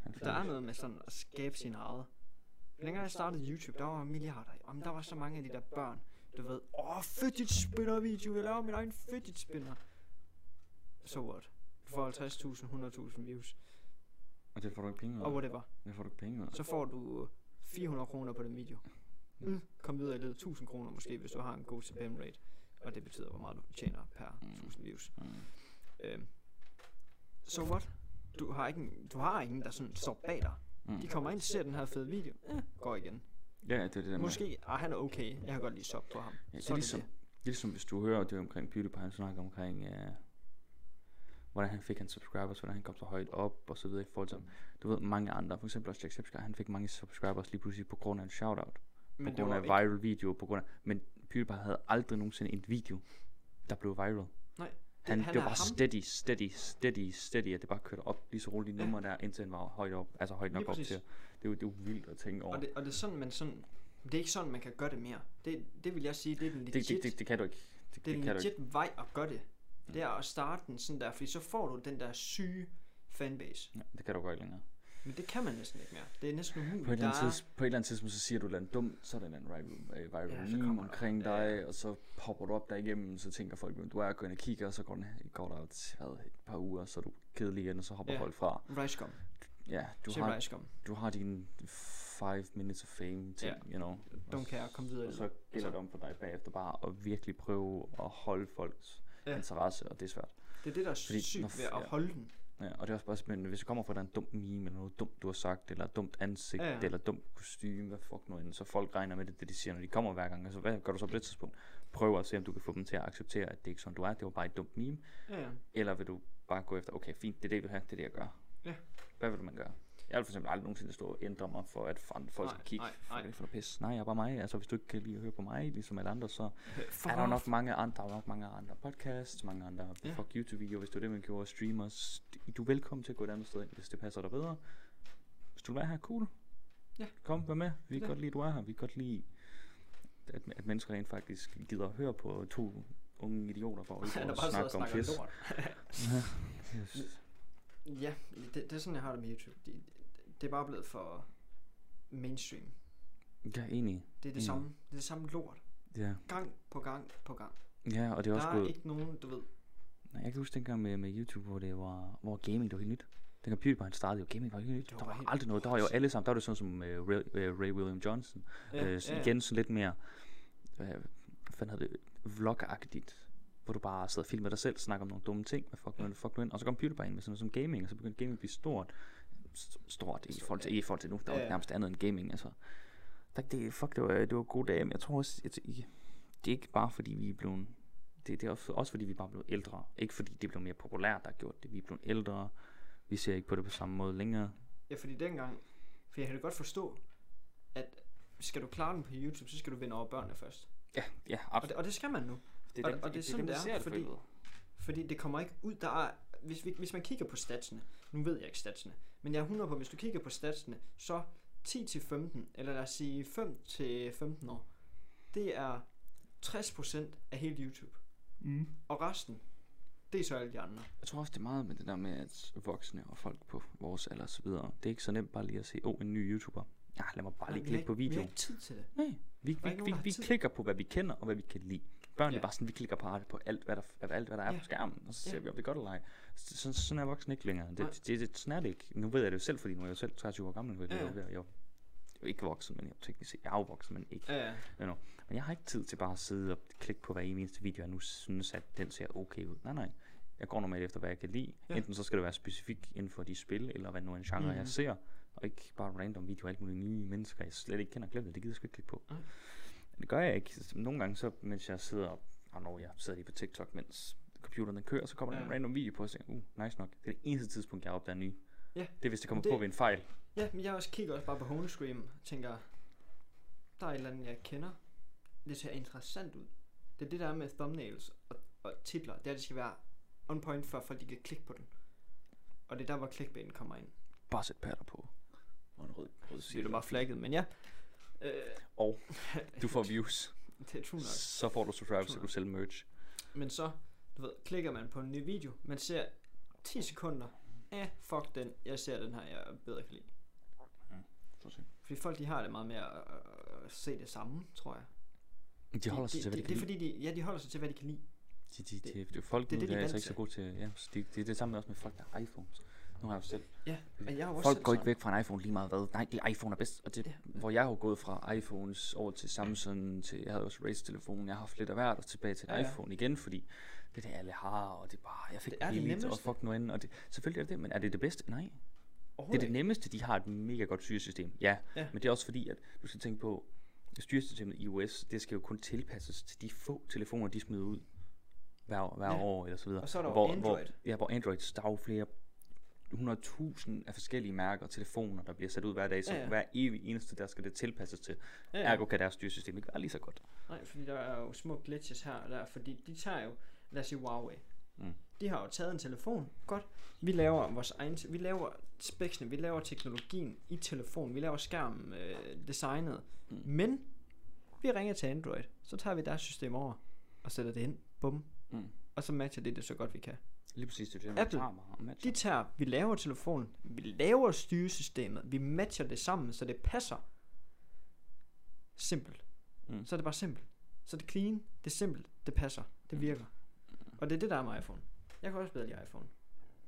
Halv fire. Der er noget med sådan at skabe sin eget. Dengang jeg startede YouTube, der var milliarder. Om der var så mange af de der børn, du ved, åh, fidget spinner video, jeg laver min egen fidget spinner. So what? Du får 50.000, 100.000 views, Og det får du ikke penge ud og af. whatever. Det får du ikke penge ud af. Så får du 400 kroner på den video. Mm. Kom videre i ledet 1000 kroner måske, hvis du har en god CPM rate. Og det betyder, hvor meget du tjener per Mm. 1000 views. Mm. Øhm. So what? Du har, ikke, en- du har ingen, der sådan står bag dig. Mm. De kommer ind, ser den her fede video, eh, går igen. Ja, ja, det er det der med. Måske, ah, han er okay, jeg kan godt lige soppe på ham. Ja, det Så er er ligesom, det. det er ligesom, hvis du hører det omkring PewDiePie, han snakker omkring, øh, hvordan han fik hans subscribers, hvordan han kom så højt op, og så videre i forhold til, du ved, mange andre, for eksempel også Jacksepticeye, han fik mange subscribers lige pludselig på grund af en shoutout, på Men det grund var af ikke, viral video, på grund af, men PewDiePie havde aldrig nogensinde en video, der blev viral. Nej, Han, det, han det var er bare ham. steady, steady, steady, steady, at det bare kørte op lige så roligt i Ja. nummer der, indtil han var højt op, altså højt Lige nok op præcis. til. at- Det er jo, det er jo vildt at tænke over. og, det, og det er sådan, man sådan, det er ikke sådan, man kan gøre det mere. Det, det vil jeg sige, det er den legit, det, det, det, det kan du ikke. Det, det er det den kan du ikke. Mm. legit vej at gøre det. Det er at starte den sådan der, fordi så får du den der syge fanbase. Ja, det kan du godt ikke længere. Men det kan man næsten ikke mere. Det er næsten På et, umuligt. Der eller andet er, tids, på et eller andet tidspunkt, så siger du et eller andet dumt, så er der en eller anden viral, øh, viral Ja, ja, så meme kommer der- omkring ja, ja. dig, og så popper du op der igennem, så tænker folk, hvem du er, går ind og kigger, og så går, den, går der et, hvad, et par uger, så er du kedelig igen, og så hopper Ja. ja. folk fra. Ricegum. Ja, du Sig har, Ricegum. du har dine 5 minutes of fame ting, Ja. you know. og Don't care, kom videre. Og så gælder det om for dig bagefter bare at virkelig prøve at holde folks ja. Ja. interesse, og det er svært. Det er det, der er Fordi- sygt Nå, ved ja. at holde den. Ja, og det er også bare spændende, hvis du kommer fra, at der er en dum meme, eller noget dumt, du har sagt, eller et dumt ansigt, ja, Ja, ja. ja. eller et dumt kostume, hvad fuck nu end, så folk regner med det, det de siger, når de kommer hver gang. Altså, hvad gør du så på det tidspunkt? Prøv at se, om du kan få dem til at acceptere, at det ikke er sådan, du er, det var bare et dumt meme. Ja, ja. Eller vil du bare gå efter, okay, fint, det er det, jeg vil have, det er det, jeg gør. Ja. Hvad vil man gøre? Jeg vil for eksempel aldrig nogensinde stå og ændre mig for, at andre folk Nej, skal kigge. nej, Fuck, nej. det er for noget pis. Nej, jeg er bare mig. Altså, hvis du ikke kan lide at høre på mig, ligesom alle andre, så For er der jo nok mange andre, der er nok mange andre podcasts, mange andre Ja. fuck YouTube-videoer, hvis det var det, man gjorde, streamers. Du er velkommen til at gå et andet sted ind, hvis det passer dig bedre. Hvis du vil være her, cool. Ja. Kom, vær med. Vi kan Ja. godt lide, at du er her. Vi kan godt lide, at, at mennesker rent faktisk gider at høre på to unge idioter fra Aalborg Han er og bare så og snakke om snakker pis. lort. Yes. Ja, det, det er sådan, jeg har det med YouTube. Det, det er bare blevet for mainstream. Jeg er enig. Det er det Mm. samme. Det er det samme lort. Ja. Gang på gang på gang. ja, og det er Der også er gået... ikke nogen, du ved. Nej, Jeg kan huske dengang med, med YouTube, hvor, det var, hvor gaming det var helt nyt. Dengang PewDiePie han startede, jo gaming var helt nyt. Det var Der bare var helt aldrig noget. Der var jo lort. alle sammen. Der var det sådan som uh, Ray, uh, Ray William Johnson. Ja, øh, ja. Igen sådan lidt mere, øh, hvad fanden hedder det, vlog-agtigt. Hvor du bare sidder og filmer dig selv, snakker om nogle dumme ting. Hvad fuck nu ind, fuck nu ind. Og så kom PewDiePie ind med sådan noget som gaming, og så begyndte gaming at blive stort. St- Stort i Stort, forhold til, ja. i forhold til nu. Der var Ja, det ja. nærmest andet end gaming, altså. Der, det, fuck, det var, det var gode dage, men jeg tror også, at I- det er ikke bare fordi, vi er blevet det, det er også, også fordi, vi bare er blevet ældre. Ikke fordi det blev mere populært, der har gjort det. Vi er blevet ældre. Vi ser ikke på det på samme måde længere. Ja, fordi dengang, for jeg kan da godt forstå, at skal du klare den på YouTube, så skal du vinde over børnene først. Ja, ja, Og absolut. det, og det skal man nu. Det, og- og det er sådan, der det er, ser for fordi- helvede. Fordi det kommer ikke ud, der er, hvis, vi, hvis man kigger på statsene, nu ved jeg ikke statsene, men jeg er 100 på, hvis du kigger på statsene, så 10-15, eller lad os sige 5-15 år, det er 60% af hele YouTube. Mm. Og resten, det er så alle de andre. Jeg tror også, det er meget med det der med, at voksne og folk på vores alder og så videre. Det er ikke så nemt bare lige at se, åh, oh, en ny YouTuber. Ja, lad mig bare Nej, lige vi har klikke på ikke- Vi har videoen. ikke tid til det. Nej, vi, vi, ikke nogen, vi, der har vi tid. klikker på, hvad vi kender og hvad vi kan lide. Børn ja. er Ja. bare sådan, vi klikker bare på alt, hvad der, alt, hvad der er Ja. på skærmen, og så ser Ja. vi, om det er godt eller ej. Så, sådan- sådan er voksne ikke længere. Det, Nej. det, det, det sådan er det ikke. Nu ved jeg det jo selv, fordi nu er jeg jo selv 23 år gammel. Nu er jeg, Ja, ja. ja. jeg, jeg, er jo ikke voksen, men jeg er teknisk set- jeg er jo voksen, men ikke. Ja, ja. Men jeg har ikke tid til bare at sidde og klikke på hver eneste video, jeg nu synes, at den ser okay ud. Nej, nej. Jeg går normalt efter, hvad jeg kan lide. Ja. Ja. Enten så skal det være specifikt inden for de spil, eller hvad nu er en genre, mm. Mhm. jeg ser. Og ikke bare random videoer af alle mulige nye mennesker, jeg slet ikke kender og glemmer. Det gider jeg sgu ikke klikke på. Nej. Men Det gør jeg ikke. Så Nogle gange, så, mens jeg sidder og... Oh, no, jeg sidder lige på TikTok, mens computeren den kører, så kommer der en Ja. random video på, og så tænker, jeg, uh, nice nok. Det er det eneste tidspunkt, jeg opdager nye. Ja. Det er, hvis det kommer det... Det- på ved en fejl. Ja, men jeg også kigger også bare på homescreen, tænker, der er et eller andet, jeg kender. Det ser interessant ud. Det er det der er med thumbnails og, og titler, det er, at det skal være on point, før folk de kan klikke på den. Og det er der, hvor clickbaiten kommer ind. Bare sæt patter på. Og en rød, rød Så bliver du cirkel. bare flagget, men ja. Øh, Og du får views. det er true nok. så får du subscribes, så kan du sælge merch. Men så, du ved, klikker man på en ny video, man ser 10 sekunder, eh, fuck den, jeg ser den her, jeg bedre kan lide. Fordi folk, de har det meget med at, at, at se det samme, tror jeg. De holder sig det, til, hvad de det, kan det er lide. fordi, de, ja, de holder sig til, hvad de kan lide. De- de- det- de- de- Folk det er nu det, de er er altså vant ikke så til. gode til... Ja, så det, det er det samme også med folk, der har iPhones. Nu har jeg jo selv... Ja, og jeg er jo også Folk selv går ikke sådan. væk fra en iPhone lige meget hvad. Nej, det er iPhone er bedst. Og det, Ja. hvor jeg har jo gået fra iPhones over til Samsung, til, jeg havde også Razer-telefonen, jeg har haft lidt af hvert, og tilbage til en Ja, ja. iPhone igen, fordi det er det, alle har, og det er bare, jeg fik Det er det billigt, og nemmeste. fuck nu end. Og det, selvfølgelig er det det, men er det det bedste? Nej. Det er Overhovedet det nemmeste, de har et mega godt styresystem. Ja, ja, Ja. men det er også fordi, at du skal tænke på, at styresystemet i iOS, det skal jo kun tilpasses til de få telefoner, de smider ud hver, hver Ja. år, eller så videre. Og så er der jo Hvor, Android. ja, hvor Android, der er jo flere 100.000 af forskellige mærker og telefoner, der bliver sat ud hver dag, så ja, Ja, ja. ja. hver evig eneste, der skal det tilpasses til. Ja, Ja. ja. Ergo kan deres styresystem ikke være lige så godt. Nej, fordi der er jo små glitches her og der, fordi de tager jo, lad os sige Huawei. Mm. De har jo taget en telefon. Godt. Vi laver vores egen, te- vi laver speksene, vi laver teknologien i telefonen, vi laver skærmen, øh, designet. Mm. Mm. Men vi ringer til Android, så tager vi deres system over og sætter det ind. Bum. Mm. Og så matcher det det så godt vi kan. Lige præcis, det er det, man Apple, tager meget og matcher. De tager, vi laver telefonen, vi laver styresystemet, vi matcher det sammen, så det passer. Simpelt. Mm. Mm. Så er det bare simpelt. Så er det clean, det er simpelt, det passer, Mm. det virker. Og det er det, der er med iPhone. Jeg kan også bedre lide iPhone.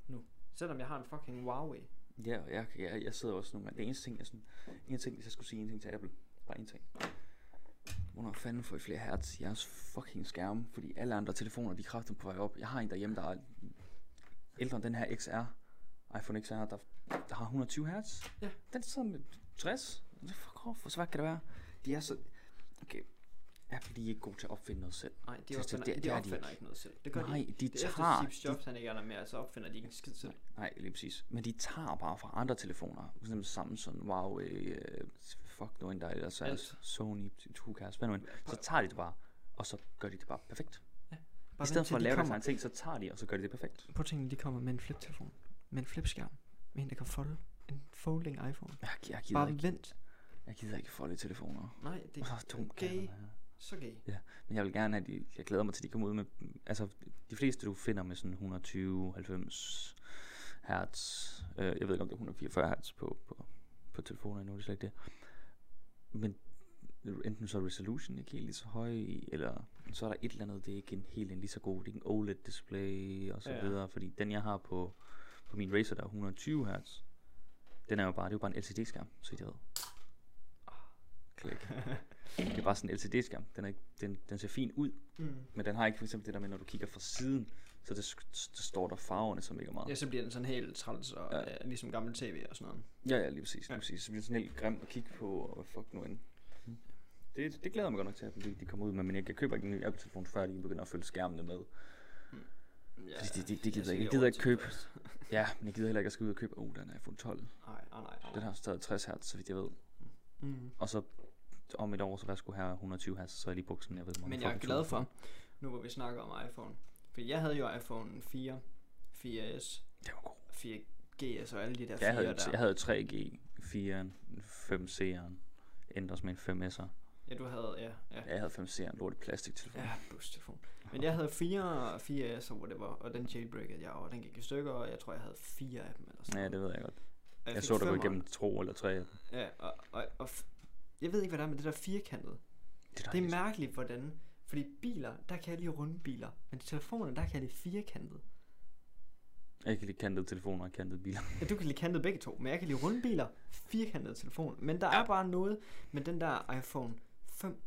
Nu. Selvom jeg har en fucking Huawei. Ja, og jeg, jeg, jeg sidder også nogle gange. Det eneste ting, jeg sådan... En ting, hvis jeg skulle sige en ting til Apple. Bare en ting. Hvornår fanden får I flere hertz i jeres fucking skærme? Fordi alle andre telefoner, de er kraftigt på vej op. Jeg har en derhjemme, der er ældre end den her XR. iPhone XR, der, der har 120 hertz. Ja. Den sidder med 60. Hvad Fuck off, hvor svært kan det være? De er så... Okay. Apple, de er ikke gode til at opfinde noget selv. Nej, de det- opfinder, det- de det er de opfinder ikke. ikke noget selv. Det gør de Nej, ikke. de Det er efter tager... Steve Jobs, han ikke er der mere, så opfinder de ikke en skid selv. Nej, lige præcis. Men de tager bare fra andre telefoner. For eksempel Samsung, Huawei, øh, fuck nu end der ellers er. Alt. Sony, Tukas, hvad nu end. Så tager de det bare, og så gør de det bare perfekt. Bare I stedet for at lave det deres egen ting, så tager de, og så gør de det perfekt. Prøv at tænke, de kommer med en flip-telefon. Med en flip-skærm. Med en, der kan folde. En folding iPhone. Jeg, gi- jeg, gider, Bare ikke, vent. jeg gider ikke folde telefoner. Nej, det Det er så dumt. kan gay. det være. Så gay. Men jeg vil gerne have, de, jeg glæder mig til, de kommer ud med, altså de fleste du finder med sådan 120, 90 hertz, øh, jeg ved ikke om det er 144 hertz på, på, på telefoner endnu, det er slet ikke det. Men enten så er resolution ikke helt lige så høj, eller så er der et eller andet, det er ikke en helt en lige så god, det er ikke en OLED display og så Ja. ja. videre, fordi den jeg har på, på min Razer, der er 120 hertz, den er jo bare, det er jo bare en LCD-skærm, så jeg ved. Ah, Klik. Det er bare sådan en LCD-skærm. Den, er, ikke- den, den ser fin ud, Mm. men den har ikke for eksempel det der med, når du kigger fra siden, så det, sk- s- der står der farverne så mega meget. Ja, så bliver den sådan helt træls og Ja. ja. ligesom gammel tv og sådan noget. Ja, ja, lige præcis. Ja. Mm. Lige præcis. Så bliver det sådan helt grimt at kigge på, og hvad fuck nu end. Det, det glæder jeg mig godt nok til, at de- de kommer ud med, men jeg, jeg køber ikke en ny Apple-telefon, før de begynder at følge skærmene med. Ja, Fordi det- det- det skal gider jeg ikke. lige Jeg gider over ikke til købe. først. Ja, men jeg gider heller ikke at skal ud og købe, oh, den er iPhone 12. Nej, nej, nej. nej. Den har stadig 60 hertz, så vidt jeg ved. Mm. Og så om et år, så hvad skulle have 120 hertz, så er jeg lige brugt sådan, jeg ved hvor mange Men jeg er fucking glad tusind. for, nu hvor vi snakker om iPhone. For jeg havde jo iPhone 4, 4S, Det var god. 4GS og alle de der Jeg 4 havde, jeg der. havde 3G, 4'eren, 5C'eren, ændres med en 5S'er. Ja, du havde, ja, ja. Jeg havde 5C'eren, lort plastiktelefon. Ja, bustelefon. Men jeg havde 4, 4S og whatever, og den jailbreakede jeg, og den gik i stykker, og jeg tror, jeg havde fire af dem eller sådan Ja, noget. det ved jeg godt. Og Jeg, fik så dig gå femeren. igennem to eller tre. af dem. Ja, og, og, og f- jeg ved ikke, hvad der er med det der firkantede. Det er mærkeligt, hvordan... Fordi biler, der kan jeg lige runde biler. Men telefoner, der kan jeg lige firkantet. Jeg kan lide kantede telefoner og kantede biler. Ja, du kan lige kantet begge to, men jeg kan lige runde biler, firkantede telefon. Men der er bare noget med den der iPhone 5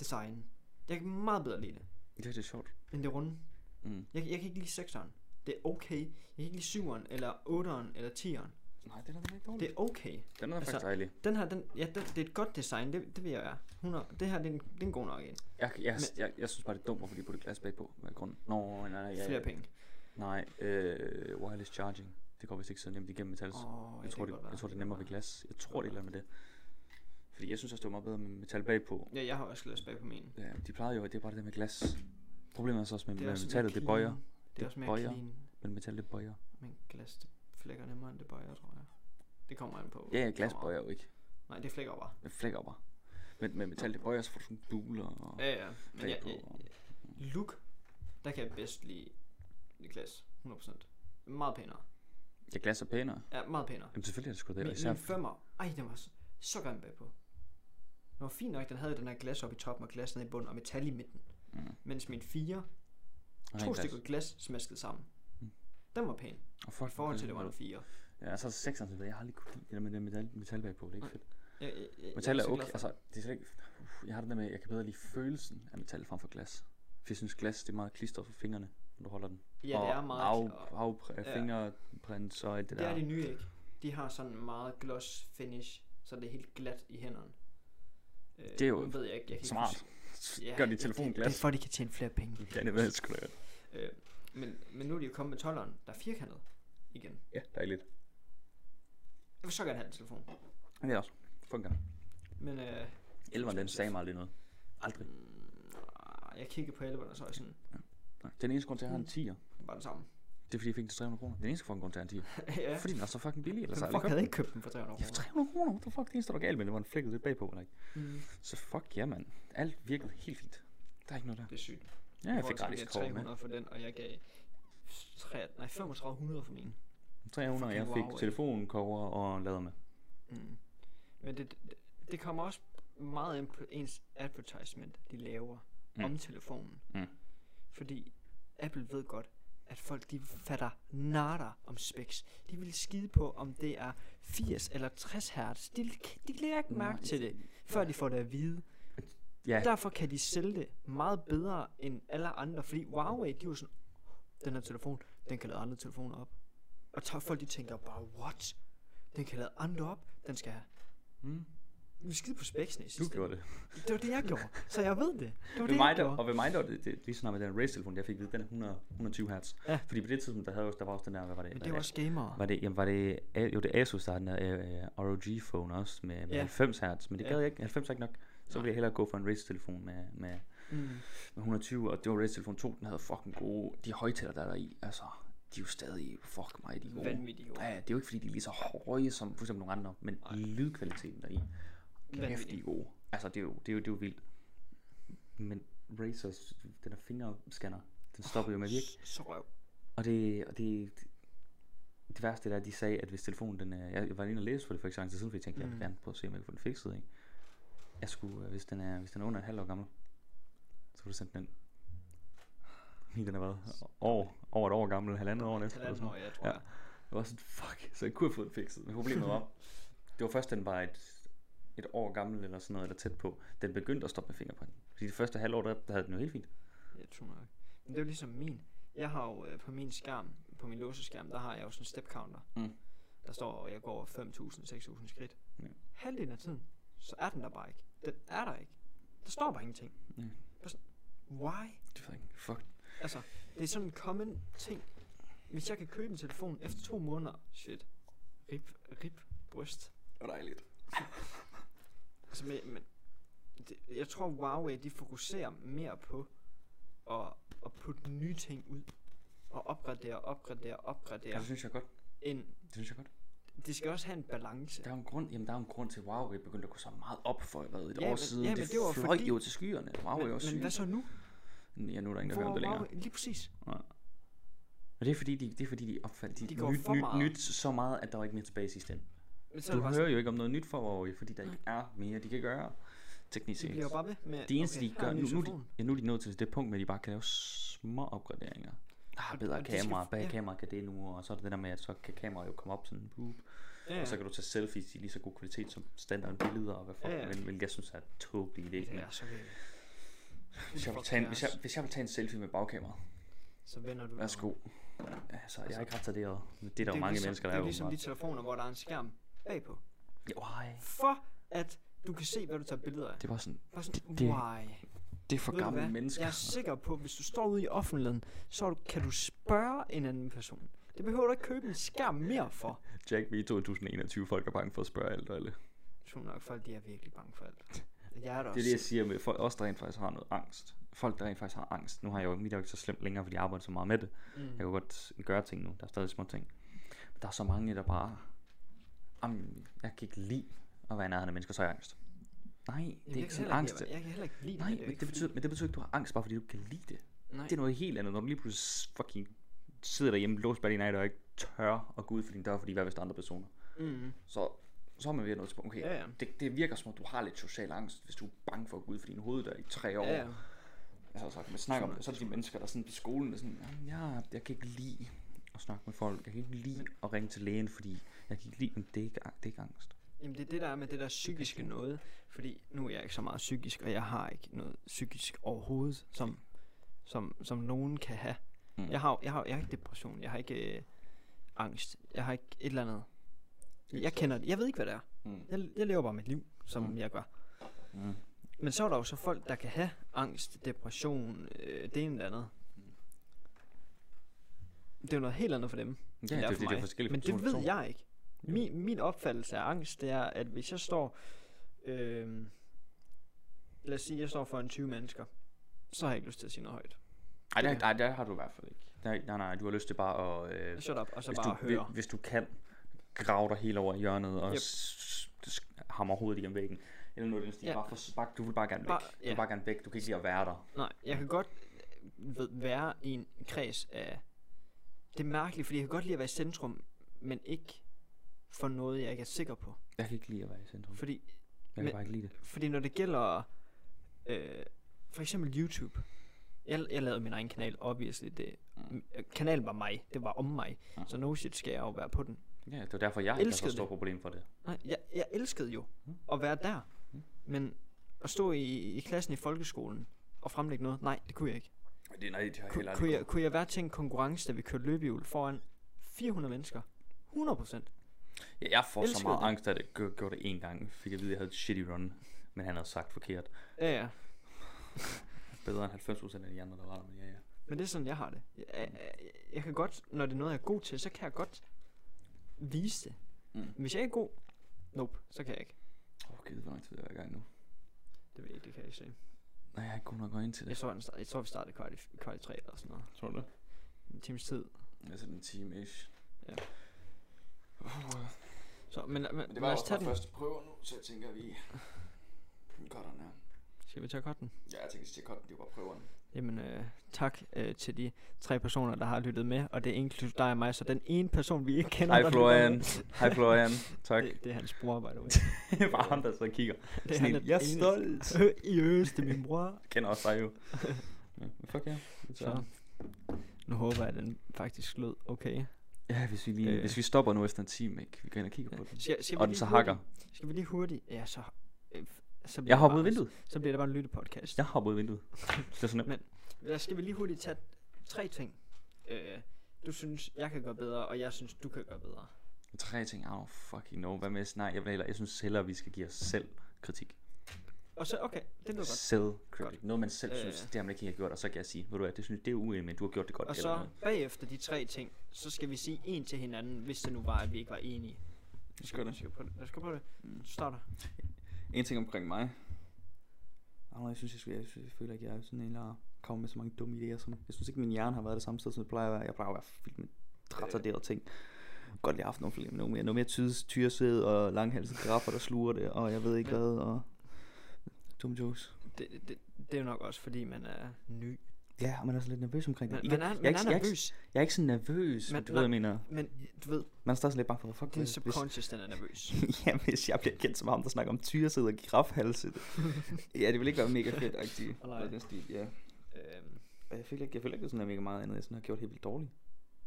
design. Jeg kan meget bedre lide det, Det, det er sjovt. end det runde. Mm. Jeg, jeg kan ikke lide 6'eren. Det er okay. Jeg kan ikke lide 7'eren, eller 8'eren, eller 10'eren. Nej, den er da ikke dårlig. Det er okay. Den er altså- faktisk dejlig. Den her, den, ja, den, det er et godt design, det, det vil jeg være. 100. Det her, det er en, det er en god nok en. Jeg, jeg, Men- jeg, jeg, synes bare, det er dumt, hvorfor de putter glas bagpå. Hvad er grunden? Nå, nej, nej. Ja, Jeg, Flere penge. Nej, øh, wireless charging. Det går vist ikke så nemt igennem metals. Oh, jeg, tror, det, jeg tror, det er nemmere ved glas. Jeg tror, det er et eller andet med det. Fordi jeg synes også, det var meget bedre med metal bagpå. Ja, jeg har også glas bag på min. Ja, de plejede jo, at det er bare det med glas. Problemet er så også med, med også mere metallet, det clean. bøjer. Det er Det også mere bøjer. clean. Men metallet, det bøjer. Men glas, det flækker nemmere, end det bøjer, tror jeg. Det kommer an på. Ja, ja, glas kameraet. bøjer jo ikke. Nej, det flækker bare. Det flækker bare. Men med metal, det bøjer, så får du sådan buler og Ja, ja. Men flag jeg, på. jeg, og- look, der kan jeg bedst lide det glas. 100%. Meget pænere. Ja, glas er pænere. Ja, meget pænere. Jamen selvfølgelig er det sgu det. Min, og Især, min femmer, ej, den var så, så grim bagpå. Den var fint nok, den havde den her glas oppe i toppen, og glas nede i bunden, og metal i midten. Mm. Mens min 4, Nej, to glas. stykker glas smasket sammen. Mm. Den var pæn, og i fuck, forhold til, det det var en 4. Ja, så er det sekseren, så ved jeg, jeg har aldrig kunne lide det der med det metal, metal bagpå. Det er ikke Nej, fedt. Jeg, jeg, jeg, jeg Metal er så glad okay. for- Altså, det er slet ikke... Uff, jeg har det der med, at jeg kan bedre lide følelsen af metal frem for glas. For jeg synes, glas det er meget klistret for fingrene, når du holder den. ja, det er meget... Af, og- afpr- Ja. fingerprints og alt det Det der. er de nye ikke. De har sådan meget gloss finish, så det er helt glat i hænderne. Øh, Det er jo nu ved jeg ikke, jeg kan Smart. Ikke huske- Gør de det- telefonen Det, det er glas. for, at de kan tjene flere penge. Ja, det ved jeg sgu da. godt. Øh, men, men nu er de jo kommet med 12'eren, der er firkantet igen. Ja, dejligt. Jeg vil så gerne have den telefon. Det er også. Fungerer. Men øh, Elveren, den sagde mig aldrig noget. Aldrig. mm, ah, jeg kiggede på 11'eren, og så er jeg sådan, Nej. Den eneste grund til, at jeg Mm. har en 10'er, var den samme. det er fordi, jeg fik den til 300 kroner. Den eneste grund til, at jeg har en 10'er. ja. Fordi den er så fucking billig, Men ellers har jeg fuck, aldrig havde købt ikke købt den for 300 den. Ja, for kroner. 300 kroner, what the fuck, det eneste, der var galt med, det var en flækket lidt bagpå, eller ikke? Mm, Så fuck ja, mand. Alt virkede helt fint. Der er ikke noget der. det er sygt. Ja, jeg Hvor fik gratis kort med. 300 for den, og jeg gav 3, nej, 3500 for min. 300, jeg Fucking wow, fik ikke? telefoncover og lader med. Mm. Men det, det, det kommer også meget ind på ens advertisement, de laver mm. Mm. om telefonen. Mm. Fordi Apple ved godt, at folk de fatter nada om specs. De vil skide på, om det er 80 eller 60 hertz. De, de lægger ikke mærke Nej. til det, før de får det at vide. Mm. Ja, Derfor kan de sælge det meget bedre end alle andre, fordi Huawei, de var sådan, den her telefon, den kan lade andre telefoner op. Og tager folk, de tænker bare, what? Den kan lade andre op, den skal have. Mm. Vi skide på spæksene i du sidste gjorde det. ende. Det var det, jeg gjorde, så jeg ved det. Det var Ved det, mig, jeg der, gjorde. og ved mig, der var det, det, lige så snart med den race-telefon, jeg fik at vide, den er 100, 120 hertz. Ja. Fordi på det tidspunkt, der, havde, også- der var også den der, hvad var det? Men hvad det var også gamere. Var det, jamen var det, A- jo det er Asus, der har den der øh, ROG phone også med, med Ja. 90 hertz, men det Ja. gad jeg ikke, 90 er ikke nok. Så Nej. ville jeg hellere gå for en Razer telefon med, med, Mm. med 120, og det var Razer telefon 2, den havde fucking gode, de højtaler der er der i, altså, de er jo stadig, fuck mig, de er gode. Vanvittigt gode. Ja, ja, det er jo ikke fordi, de er lige så høje som for eksempel nogle andre, men Nej. lydkvaliteten der i, kæft, de Vanvittigt. er gode. Altså, det er jo, det er jo, det er jo vildt. Men Razers, den der fingerscanner, den stopper jo med at virke. Så røv. Og det, og det, det værste det er, at de sagde, at hvis telefonen, den, øh, jeg jeg var inde og læse for det for ikke så lang tid siden, fordi jeg tænkte, mm. jeg Mm. vil gerne prøve at se, om jeg kan få den fikset, ikke? Jeg skulle, øh, hvis den er, hvis den er under et halvt år gammel, så vil du sende den ind. Min, den er været over, over et år gammel, halvandet år næsten. eller Halvandet sådan år, noget. jeg tror. Ja. jeg. Jeg var sådan, fuck, så jeg kunne have fået den fikset. Men problemet var, det var først, den var et, et år gammel eller sådan noget, eller tæt på. Den begyndte at stoppe med fingerpointen. Fordi det første halvår, der, der havde den jo helt fint. Jeg tror nok. Men det er jo ligesom min. Jeg har jo øh, på min skærm, på min låseskærm, der har jeg jo sådan en step counter. Mm. Der står, at jeg går 5.000-6.000 skridt. Ja. Halvdelen af tiden, så er den der bare ikke. Den er der ikke. Der står bare ingenting. Ja. Bare sådan, Why? Det var ikke, fuck. Altså, det er sådan en common ting. Hvis jeg kan købe en telefon efter to måneder, shit, rip, rip, bryst. Det var dejligt. Altså, men, men det, jeg tror, Huawei, de fokuserer mere på at, at putte nye ting ud. Og opgradere, opgradere, Ja. opgradere. Det synes jeg godt. End, Det synes jeg godt. de skal også have en balance. Der er jo en grund, jamen der er jo en grund til, at Huawei begyndte at gå så meget op for hvad, et Ja, år men- siden. ja, det, men det var fløj fordi- jo til skyerne. Huawei er men, også men syge. hvad så nu? Ja, nu er der ingen, Hvor der hører om er det længere. Huawei? Lige præcis. Men det er fordi, de, det er fordi, de opfandt de, De de går nyt, for nyt, meget. nyt, så meget, at der var ikke mere tilbage i sidste ende. Men så er Du det bare sådan, hører jo ikke om noget nyt fra Huawei, fordi der ikke er mere, de kan gøre teknisk de set. bliver bare ved med, Det eneste, okay, de her er gør en nu, ny nu, er de, telefon. ja, nu er de nået til det punkt, hvor de bare kan lave små opgraderinger. Der er Og- bedre og de skal- kamera, bag ja. kamera kan det nu, og så er det det der med, at så kan kameraet jo komme op sådan, boop, Ja, ja. Og så kan du tage selfies i lige så god kvalitet som standardbilleder og hvad fuck, Ja, ja, ja. ja. hvilket jeg synes er en tåbelig idé. det Men er så galt. hvis, jeg vil Fuck tage en, cares. hvis, jeg, hvis jeg vil tage en selfie med bagkameraet, Så vender du dig om. værsgo. Altså, jeg er ikke ret retarderet. men Det er der Det jo mange ligesom, mennesker, der det er er ligesom de åbenbart. telefoner, hvor der er en skærm bagpå. Jo, ej. For at du kan se, hvad du tager billeder af. Det var sådan, Bare sådan, det- why? det er for Ved du gamle hvad? mennesker. Jeg er sikker på, at hvis du står ude i offentligheden, så er du- kan du spørge en anden person. Det behøver du ikke købe en skærm mere for. Jack V i 2021, folk er bange for at spørge alt og alle. Jeg tror nok, folk de er virkelig bange for alt. Jeg er da Det også. er det, jeg siger med folk, også der rent faktisk har noget angst. Folk, der rent faktisk har angst. Nu har jeg jo, mit er jo ikke så slemt længere, fordi jeg arbejder så meget med det. Mm. Jeg kan godt gøre ting nu. Der er stadig små ting. Men der er så mange, der bare... Jamen, jeg kan ikke lide at være i nærheden af mennesker, så har jeg angst. Nej, det Jamen, er jeg ikke kan sådan heller angst. Jeg, jeg kan heller ikke lide Nej, men er jo men ikke det, betyder, men det betyder ikke, at du har angst, bare fordi du ikke kan lide det. fordi- Øh, Nej, Det er noget helt andet, når du lige pludselig fucking sidder derhjemme, låst bag din egen dør, og ikke tør at gå ud for din dør, fordi hvad hvis der er andre personer? mm, Så, så er man ved at nå til punkt. Okay, Ja, ja. Det, det, virker som om, du har lidt social angst, hvis du er bange for at gå ud for din hoveddør i tre år. ja, ja. Altså, så kan man snakke om det. Så er det de mennesker, der sådan på skolen er sådan, "Jamen, jeg, jeg kan ikke lide at snakke med folk. Jeg kan ikke lide at ringe til lægen, fordi jeg kan ikke lide, men det er ikke, ang- det er ikke angst. Jamen det er det, der er med det der psykiske noget. Fordi nu er jeg ikke så meget psykisk, og jeg har ikke noget psykisk overhovedet, som, som, som nogen kan have. Mm. Jeg, har, jeg, har, jeg har ikke depression, jeg har ikke øh, angst, jeg har ikke et eller andet. Jeg kender det, jeg ved ikke, hvad det er. Mm. Jeg, jeg lever bare mit liv, som Mm. jeg gør. Mm. Men så er der jo så folk, der kan have angst, depression, øh, det ene eller andet. Mm. Det er jo noget helt andet for dem. Ja, end det, for det, det er mig. forskellige Men det personer. ved jeg ikke. Jo. Min, min opfattelse af angst, det er, at hvis jeg står... Øh, lad os sige, jeg står foran 20 mennesker, så har jeg ikke lyst til at sige noget højt. Ej, det, ej, det har du i hvert fald ikke. Nej, nej, nej du har lyst til bare at... Øh, Shut up, og så hvis, bare du, høre. hvis du kan, grave dig helt over i hjørnet og Yep. yep. s- s- hammer hovedet igennem væggen. Eller noget i den stil. Ja. Bare for, bare, du vil bare gerne væk. Bare- Du ja. vil bare gerne væk. Du kan ikke lide at være der. Nej, jeg kan godt øh, ved, være i en kreds af... Det er mærkeligt, fordi jeg kan godt lide at være i centrum, men ikke for noget, jeg ikke er sikker på. Jeg kan ikke lide at være i centrum. Jeg Fordi, kan men- bare ikke lide det. fordi når det gælder... Øh, for eksempel YouTube. Jeg, jeg lavede min egen kanal, obviously. Det, Mm. øh, kanalen var mig. Det var om mig. Mm. Så no shit skal jeg jo være på den. Ja, det var derfor, jeg ikke har elskede det. så stort problem for det. Nej, jeg, jeg elskede jo at være der. Men at stå i, i klassen i folkeskolen og fremlægge noget? Nej, det kunne jeg ikke. Men Det, nej, det har jeg heller Ku, kunne, aldrig jeg, kunne jeg være til en konkurrence, da vi kørte løbehjul foran 400 mennesker? 100 procent. kunne. Ja, jeg får så elskede meget det. angst, at jeg gø- gjorde det en gang. Fik jeg at vide, at jeg havde et shitty run. Men han havde sagt forkert. Ja, ja. Bedre end 90% af de andre, der var der. Men ja, ja. Men det er sådan, jeg har det. Jeg, jeg, jeg kan godt, når det er noget, jeg er god til, så kan jeg godt vise det. Mm. Hvis jeg ikke er god, nope, så kan jeg ikke. Åh, oh, givet, hvor lang tid er jeg i gang nu? Det ved jeg ikke, det kan jeg ikke se. Nej, jeg er ikke god nok øjne til Jeg det. tror, den start, jeg tror vi startede kvart i, kvart i tre eller sådan noget. Tror du det? En times tid. Altså en time ish. Ja. Oh, Så, men, men, Men men det var lad os også tage den den. første prøve nu, så jeg tænker, vi... vi Gør den her. Skal vi tage den? Ja, jeg tænker, at det er godt, det var prøverne. Jamen, øh, tak øh, til de tre personer, der har lyttet med, og det er inklusive dig og mig, så den ene person, vi ikke kender, der Hej lytter Florian. med, Hej Florian. Tak. Det, det er hans bror, by the way. Det er bare ham, der så kigger. Det Sådan han en, jeg er den eneste. stolt. I øst, det er min bror. Jeg kender også dig jo. Ja, men fuck ja. Så, nu håber jeg, at den faktisk lød okay. Ja, hvis vi, lige, Øh. hvis vi stopper nu efter en time, ikke? Vi går ind og kigger på den. Skal, skal vi Og den lige så hurtigt- hakker. Skal vi lige hurtigt? Ja, så... Øh, så bliver Jeg det hopper ud bare- af vinduet. Så bliver det bare en lyttepodcast. Jeg hopper ud af vinduet. Det er sådan nemt. Ja. Skal vi lige hurtigt tage tre ting? Øh, du synes, jeg kan gøre bedre, og jeg synes, du kan gøre bedre. Tre ting. Åh, oh, fucking no. Hvad med? Nej, jeg, vil hellere, jeg synes hellere, vi skal give os selv kritik. Og så, okay, det lyder godt. Selv kritik. Noget, man selv Øh. synes, det har man ikke helt gjort. Og så kan jeg sige, ved du hvad, det synes det er uenig, men du har gjort det godt. Og eller så noget. bagefter de tre ting, så skal vi sige en til hinanden, hvis det nu var, at vi ikke var enige. Vi skal gøre det. Lad os gå på det. Mm. Lad os gå på det. Du starter. En ting omkring mig. Oh, jeg synes, jeg, skulle- jeg, synes, jeg føler ikke, jeg er sådan en, der kommer med så mange dumme idéer. Som, jeg synes ikke, min hjerne har været det samme sted, som det plejer at være. Jeg plejer at være fyldt med retarderede ting. Godt, jeg har haft nogle flere, nogle mere, noget mere tydes, tyresæd og langhalset graffer, der sluger det, og jeg ved ikke Men- hvad, og dumme jokes. Det, det, det er jo nok også, fordi man er ny. Ja, og man er så lidt nervøs omkring Man, det. man jeg, er, jeg, man ikke- er jeg, ikke- nervøs, Jeg, er ikke så nervøs, men, Men- du ved, jeg mener. men du ved, Man er stadig sådan lidt bange for, fuck, din hvis, hvis, subconscious, den er nervøs. ja, hvis jeg bliver kendt som ham, der snakker om tyresæd og girafhalse. ja, det ville ikke være mega fedt, agtigt. Nej. Noget i den stil, ja. Øhm, Og jeg føler ikke, jeg føler ikke, det er sådan, at mega meget andet, jeg sådan har gjort helt vildt dårligt.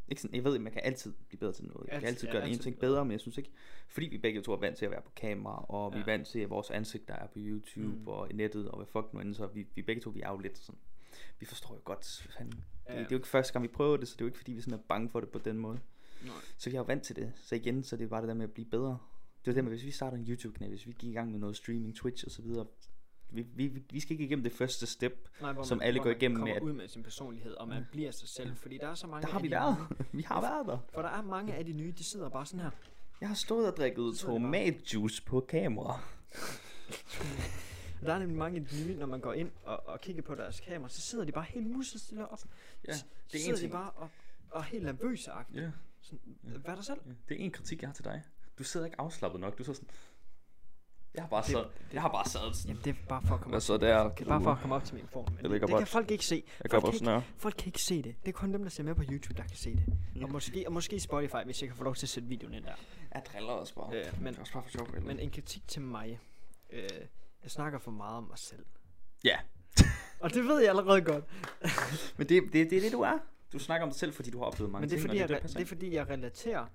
Ikke sådan, jeg ved, at man kan altid blive bedre til noget. Jeg Altid- kan altid ja, gøre den ene altid ting blive bedre, men jeg synes ikke, fordi vi begge to er vant til at være på kamera, og vi er Ja. vant til, at vores ansigter er på YouTube Mm. og i nettet, og hvad fuck nu end, så vi, vi begge to, vi er jo lidt sådan, vi forstår jo godt, fanden. Det, ja, det, er jo ikke første gang, vi prøver det, så det er jo ikke, fordi vi sådan er bange for det på den måde. nej. Så vi er jo vant til det. Så igen, så det er bare det der med at blive bedre. Det er det med, hvis vi starter en YouTube-kanal, hvis vi gik i gang med noget streaming, Twitch og så videre, vi, vi, vi- vi skal ikke igennem det første step. Nej, hvor som man, alle hvor går man igennem med, kommer at- Mm. ud med sin personlighed, og man bliver sig selv, fordi der er så mange Der har af vi de været. Nye, Vi har været der. for der er mange af de nye, de sidder bare sådan her. Jeg har stået og drikket Så er det bare- tomatjuice på kamera. Der er nemlig mange af de nye, når man går ind og, og kigger på deres kamera, så sidder de bare helt musestille op. Ja, så det er en sidder de ting. bare og, og er helt nervøse agtigt. Ja, Sådan, Hvad er der selv? ja. det er en kritik, jeg har til dig. Du sidder ikke afslappet nok. Du sidder sådan... Jeg har bare siddet... Jeg har bare siddet sådan... Jamen det er bare for at komme, Hvad op, så der? det er bare for at komme op til mikrofonen. Men Jeg det, ligger det bare- kan folk ikke se. Jeg gør Folk bare kan, ikke, sådan her. Mm. folk kan ikke se det. Det er kun dem, der ser med på YouTube, der kan se det. Og måske, og måske Spotify, hvis jeg kan få lov til at sætte videoen ind der. Jeg driller også bare. Øh, men- Det er også bare for sjov. Men en kritik til mig. Øh, jeg snakker for meget om mig selv. Ja, Og det ved jeg allerede godt. men det, det, det er det, du er. Du snakker om dig selv, fordi du har oplevet mange Men det er, ting. fordi, jeg, og det, re- det er fordi, jeg relaterer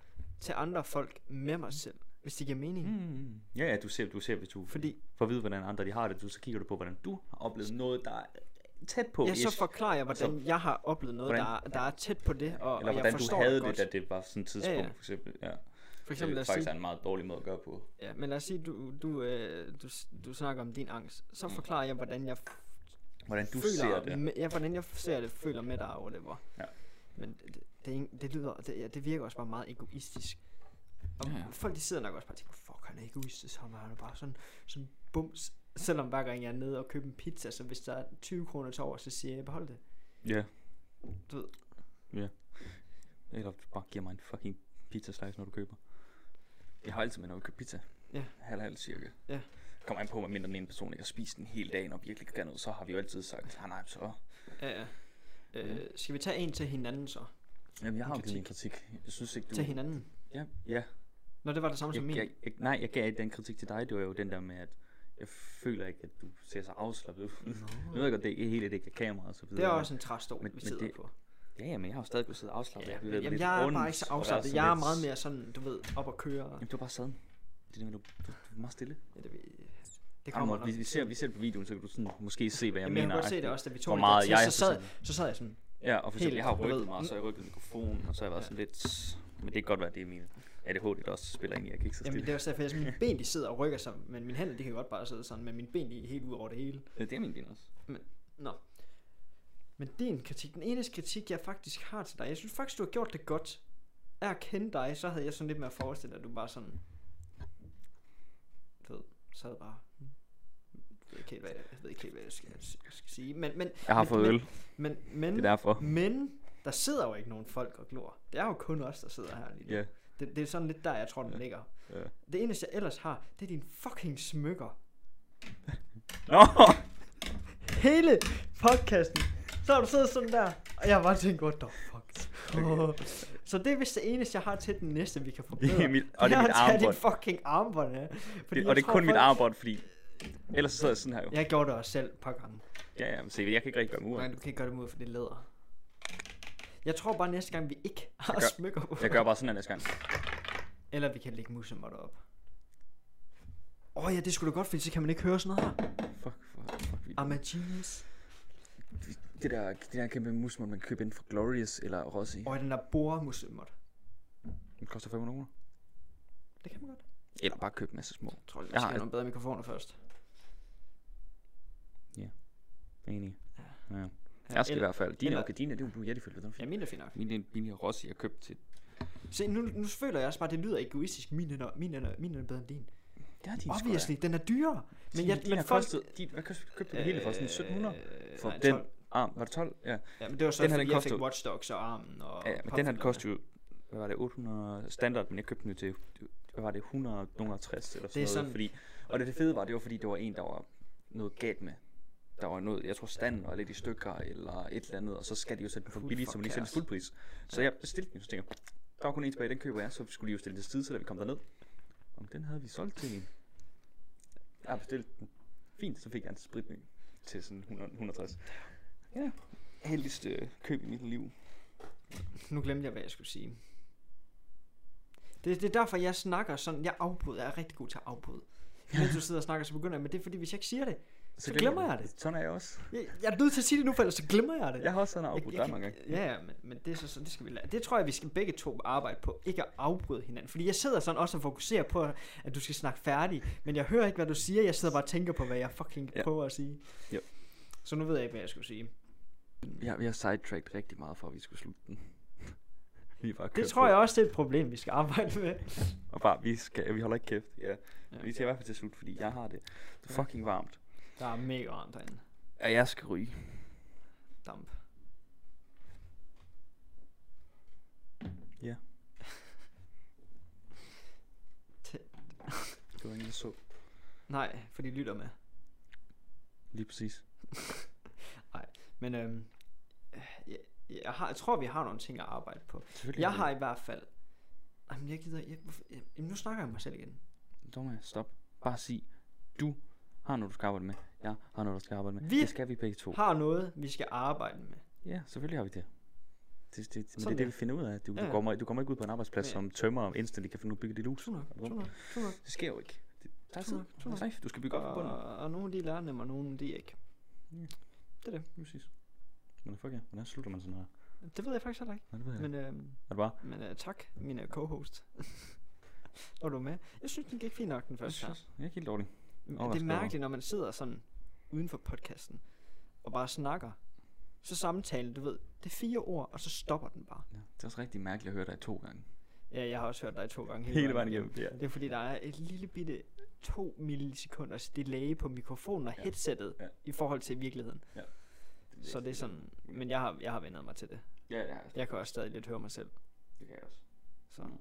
til andre folk med mig selv. Hvis det giver mening. Mm. Mm. Ja, ja, du ser, du ser, hvis du Fordi får at vide, hvordan andre de har det, du, så kigger du på, hvordan du har oplevet noget, der er tæt på. ja, så ish. forklarer jeg, hvordan jeg har oplevet noget, Oh, hvordan- der, er- der er tæt på det. Og, Eller og hvordan jeg du forstår havde det, det, godt. da øh, det var sådan et tidspunkt, ja. for eksempel. Ja. For eksempel, det lad er os faktisk sige, er en meget dårlig måde at gøre på. ja, men lad os sige, du, du, øh, du, s- du snakker om din angst. Mm. Så forklarer jeg, hvordan jeg Hvordan du føler, ser det. Med, ja, hvordan jeg ser det, føler med dig, og whatever. Ja. Men det, det, det, er ikke- det lyder, det, ja, det virker også bare meget egoistisk. Og Ja, ja, ja. ja. folk de sidder nok også bare og tænker, fuck, han er egoistisk, ham er han er bare sådan, sådan bums. Selvom hver gang jeg er nede og køber en pizza, så hvis der er 20 kroner til over, så siger jeg, behold det. Ja. Du ved. Ja. Eller du bare giver mig en fucking pizza slice, når du køber. Jeg har altid med, når jeg køber pizza. Ja. Halv halv cirka. Ja. Kommer an på, med mindre den ene person ikke har spist den hele dagen og virkelig gør noget, så har vi jo altid sagt, "Ah, nej, nej, så... Ja, ja. Øh, skal vi tage en til hinanden så? Jamen, jeg har jo givet Kritik. en kritik. Jeg synes ikke, du... Til hinanden? Ja, ja. Nå, det var det samme som Jeg, min. jeg, jeg, nej, jeg gav ikke den kritik til dig. Det var jo den der med, at jeg føler ikke, at du ser så afslappet ud. Nu ved jeg godt, det er ikke helt det, ikke er kamera og så videre. Det er også en træstol, Men- vi men sidder det- på. Ja, ja, men jeg har jo stadig kunnet sidde afslappet. Ja, har men, bevæget mig jamen, lidt jeg er rundt, bare ikke så og der afslappet. sådan Jeg er lidt- meget mere sådan, du ved, op at køre. Jamen, du har bare sad. Det er det med, du, du, du er meget stille. Ja, det ved jeg. Det Ej, kommer Morten, nok. vi, vi, ser, vi ser det på videoen, så kan du sådan, måske se, hvad jeg Jamen, jeg mener. kunne godt se agtigt. det også, da vi tog Hvor det meget der jeg tid, er så sad, sådan- så sad jeg sådan, Ja, og for eksempel, Helt jeg har rød. rykket mig, og så har jeg rykket mikrofonen, og så har jeg været sådan lidt... Men det kan godt være, det er min ADHD, der også spiller ind i, jeg kan ikke så jamen stille. det er også derfor, at mine ben de sidder og rykker sig, men min hænder de kan godt bare sidde sådan, men mine ben de er helt ud over det hele. Det, det er min din også. Nå. Men din kritik, den eneste kritik, jeg faktisk har til dig, jeg synes faktisk, du har gjort det godt. Er at kende dig, så havde jeg sådan lidt mere forestillet, at du bare sådan... Du ved, sad bare... Jeg ved ikke helt, hvad jeg, jeg, ved ikke helt, hvad jeg skal, jeg skal sige. Men, men, Jeg har men, fået men, øl, Men, men, det er derfor. men der sidder jo ikke nogen folk og glor. Det er jo kun os, der sidder her lige nu. Ja, Det, det er sådan lidt der, jeg tror, den Ja. ligger. ja. Det eneste, jeg ellers har, det er dine fucking smykker. Nå! Hele podcasten, så har du siddet sådan der, og jeg har bare tænkt, what the fuck. Okay. Okay. Så det er vist det eneste, jeg har til den næste, vi kan forbedre. Det er mit, og det er er mit at tage armbånd. dit fucking armbånd af. Fordi Det, jeg og det er tror, kun mit folk- armbånd, fordi... Ellers så sidder jeg sådan her jo. Jeg gjorde det også selv et par gange. Ja, ja, men se, jeg kan ikke rigtig gøre Nej, muren. du kan ikke gøre det ud, for det er læder. Jeg tror bare næste gang, vi ikke har Jeg gør- smykker på. Jeg gør bare sådan her næste gang. Eller vi kan lægge musemotter op. Åh oh, ja, det skulle da godt, fordi så kan man ikke høre sådan noget her. Fuck, fuck, fuck. vi- I'm a genius. Det der, det der kæmpe musmon, man kan købe inden for Glorious eller Rossi. Og den der bor musemot. Den koster 500 kroner. Det kan man godt. Eller bare købe en masse små. Jeg tror, vi Jeg skal har have alt. nogle bedre mikrofoner først. Enig. Ja. ja. Ja, Jeg skal i eller- hvert fald. Dine, eller- okay, dine, det er jo nu Yeti for helvede. den er fin. Ja, min er fint nok. Min, det er min Rossi, jeg købte til. Se, nu, nu føler jeg også bare, at det lyder egoistisk. Min er, min er, min er bedre end din. Det er din sgu da. Obviously, den er dyrere. Men jeg, din men har folk... kostet, din, hvad kostede, købte du det hele for? Sådan 1700? Øh, For nej, den 12. arm, var det 12? Ja, ja, Ja, men det var så, den den her, fordi den jeg fik kostede- Watch Dogs og armen. Og ja men den her den pamfletterne. kostede jo, hvad var det, 800 standard, men jeg købte den jo til, hvad var det, 100, 160 eller sådan er noget. sådan- Fordi, og det, det fede var, det var fordi, det var en, der var noget galt med. Der var noget, jeg tror standen var lidt i stykker eller et eller andet, og så skal de jo sætte den for Fuld billigt, så man lige sætter forkert. fuld pris. Så jeg bestilte den, så tænker jeg, der var kun en tilbage, den køber jeg, så skulle de jo stille det til side, så da vi kom derned. Om den havde vi solgt til en. Jeg har bestilt den. Fint, så fik jeg en spritny til sådan 100, 160. Ja, heldigste øh, køb i mit liv. Nu glemte jeg, hvad jeg skulle sige. Det, det er derfor, jeg snakker sådan. Jeg afbryder. Jeg er rigtig god til at afbryde. Mens du sidder og snakker, så begynder jeg. Men det er fordi, hvis jeg ikke siger det, Så glemmer jeg det. Sådan er jeg også. Jeg, jeg er nødt til at sige det nu, for ellers så glemmer jeg det. Jeg har også sådan afbrudt dig kan- mange gange. Ja, ja men, men det, er så, så, det skal vi lade. Det tror jeg, vi skal begge to arbejde på. Ikke at afbryde hinanden. Fordi jeg sidder sådan også og fokuserer på, at du skal snakke færdig. Men jeg hører ikke, hvad du siger. Jeg sidder bare og tænker på, hvad jeg fucking Ja. ja. prøver at sige. Jo. Så nu ved jeg ikke, hvad jeg skulle sige. Vi har, vi har sidetracked rigtig meget for, at vi skulle slutte den. vi er bare Det kørt tror på. jeg også, det er et problem, vi skal arbejde med. Og bare, vi, skal, vi holder ikke kæft. Ja. Ja. Vi skal i hvert fald til slut, fordi jeg har det. Det er Ja. fucking varmt. Der er mega varmt derinde. Og jeg skal ryge. Damp. Ja. Tæt. Det var ingen, der så. Nej, for de lytter med. Lige præcis. Men øhm, jeg, jeg, har, jeg tror, vi har nogle ting at arbejde på. Selvfølgelig Jeg det. har i hvert fald... Jamen, jeg gider... Jeg, hvorfor- jeg, jamen, nu snakker jeg mig selv igen. Thomas, stop. Bare sig. Du har noget, du skal arbejde med. Jeg har noget, du skal arbejde med. Vi- Det skal vi begge to. Har noget, vi skal arbejde med. Ja, selvfølgelig har vi det. Det, det, men det er Sådan det, er vi finder ud af. Du, Ja, ja. ja. du, kommer, du kommer ikke ud på en arbejdsplads, Ja. som tømmer og instantly kan finde ud af at bygge dit hus. True nok, true nok, true nok. Det sker jo ikke. Det, der True er tid. nok, true nok. Der er Mm. tid. Du skal bygge op fra bunden. Og, og nogle de lærer nem, og nogle de ikke. Lige præcis. Men fuck ja, hvordan slutter man sådan her? Det ved jeg faktisk heller ikke. Nej, det ved jeg Men, ikke. øh, Er det bare? men øh, tak, min øh, co-host. og du er med. Jeg synes, den gik fint nok den Jeg første gang. synes, jeg er ikke helt dårlig. Men Det er overrasket over. mærkeligt, når man sidder sådan uden for podcasten og bare snakker. Så samtalen, du ved, det er fire ord, og så stopper den bare. Ja, det er også rigtig mærkeligt at høre dig to gange. Ja, jeg har også hørt dig to gange Hele vejen igennem. Ja. Det er fordi, der er et lille bitte 2 millisekunders delay på mikrofonen og Ja. headsettet Ja. ja. i forhold til virkeligheden. Så det er sådan, men jeg har, jeg har vendet mig til det. Ja, ja, Jeg kan også stadig lidt høre mig selv. det kan jeg også. Så. Mm.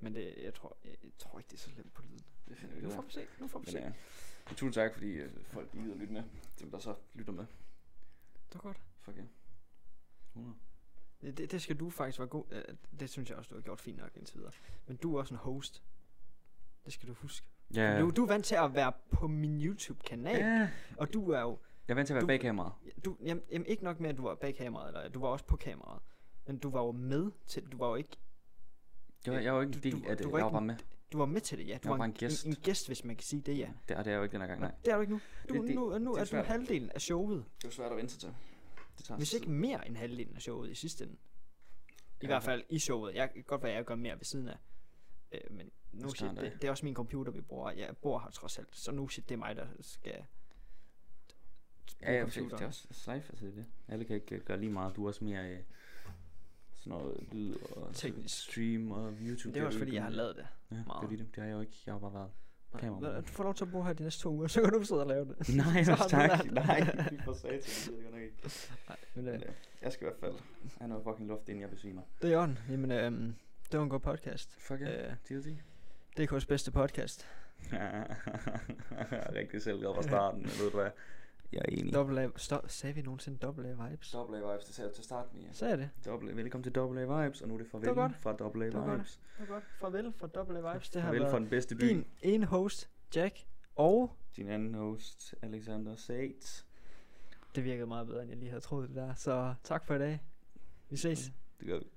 Men det, jeg, tror, jeg, jeg tror ikke, det er så slemt på lyden. Det finder vi Nu ud af. får vi se, nu får vi Men se. ja, men tusind tak, fordi øh, folk gider at lytte med. Dem, der så lytter med. Det var godt. Fuck ja. 100. Det, det- det skal du faktisk være god. øh, Det synes jeg også, du har gjort fint nok indtil videre. Men du er også en host. Det skal du huske. Ja, Du, du er vant til at være på min YouTube-kanal, ja. og du er jo Jeg er vant til at være Du- bag kameraet. Du, jamen, jamen, ikke nok med, at du var bag kameraet, eller at du var også på kameraet. Men du var jo med til, du var jo ikke, Jeg, var- jeg var ikke Du- en del du- af det, du jeg var var ikke bare med. Du var med til det, ja. Du Jeg var bare en gæst. En, en gæst, hvis man kan sige det, ja. Det, og det er jeg jo ikke den her gang, nej. Det er du ikke nu. Du, Det- det- nu, nu det er, er er svært. du halvdelen af showet. Det er jo svært at vente sig til. Det tager Hvis sin ikke mere end halvdelen af showet i sidste ende. I Ja. hvert fald i showet. Jeg kan godt være, at jeg gør mere ved siden af. Øh, men no skal shit, han da det, ikke. det er også min computer, vi bruger. Jeg bor her trods alt, så no shit, det er mig, der skal tid. Ja, ja, computeren. det er også slejf, altså det. er det. Alle kan ikke øh, gøre lige meget. Du er også mere øh, sådan noget lyd og Teknisk. stream og YouTube. Det er har også du fordi, ikke jeg har noget. lavet det. Ja, det er meget. lige det. Det har jeg jo ikke. Jeg har bare været Nå, kameramand. Du får lov til at bo her de næste to uger, så kan du sidde og lave det. Nej, Så har du tak. lært. Nej, for satan. Det ved jeg godt nok ikke. Nej, men øh, Men, øh, Jeg skal i hvert fald have noget fucking luft, inden jeg besvimer. det er orden. Jamen, øh, det var en god podcast. Fuck ja. Øh, TLT. DK's bedste podcast. Rigtig selvglad fra starten, men ved du hvad? Jeg er enig. Double A, stop, sagde vi nogensinde Double A Vibes? Double A Vibes, det sagde jeg til starten, ja. Sagde jeg det? Double A. Velkommen til Double A Vibes, og nu er det farvel Det var godt. fra Double A Det var godt. Vibes. Det var godt. Farvel fra Double A Vibes. Det har Farvel været fra den bedste by. din ene host, Jack, og Din anden host, Alexander Sait. det virkede meget bedre, end jeg lige havde troet det der. Så tak for i dag. Vi ses. Det gør vi.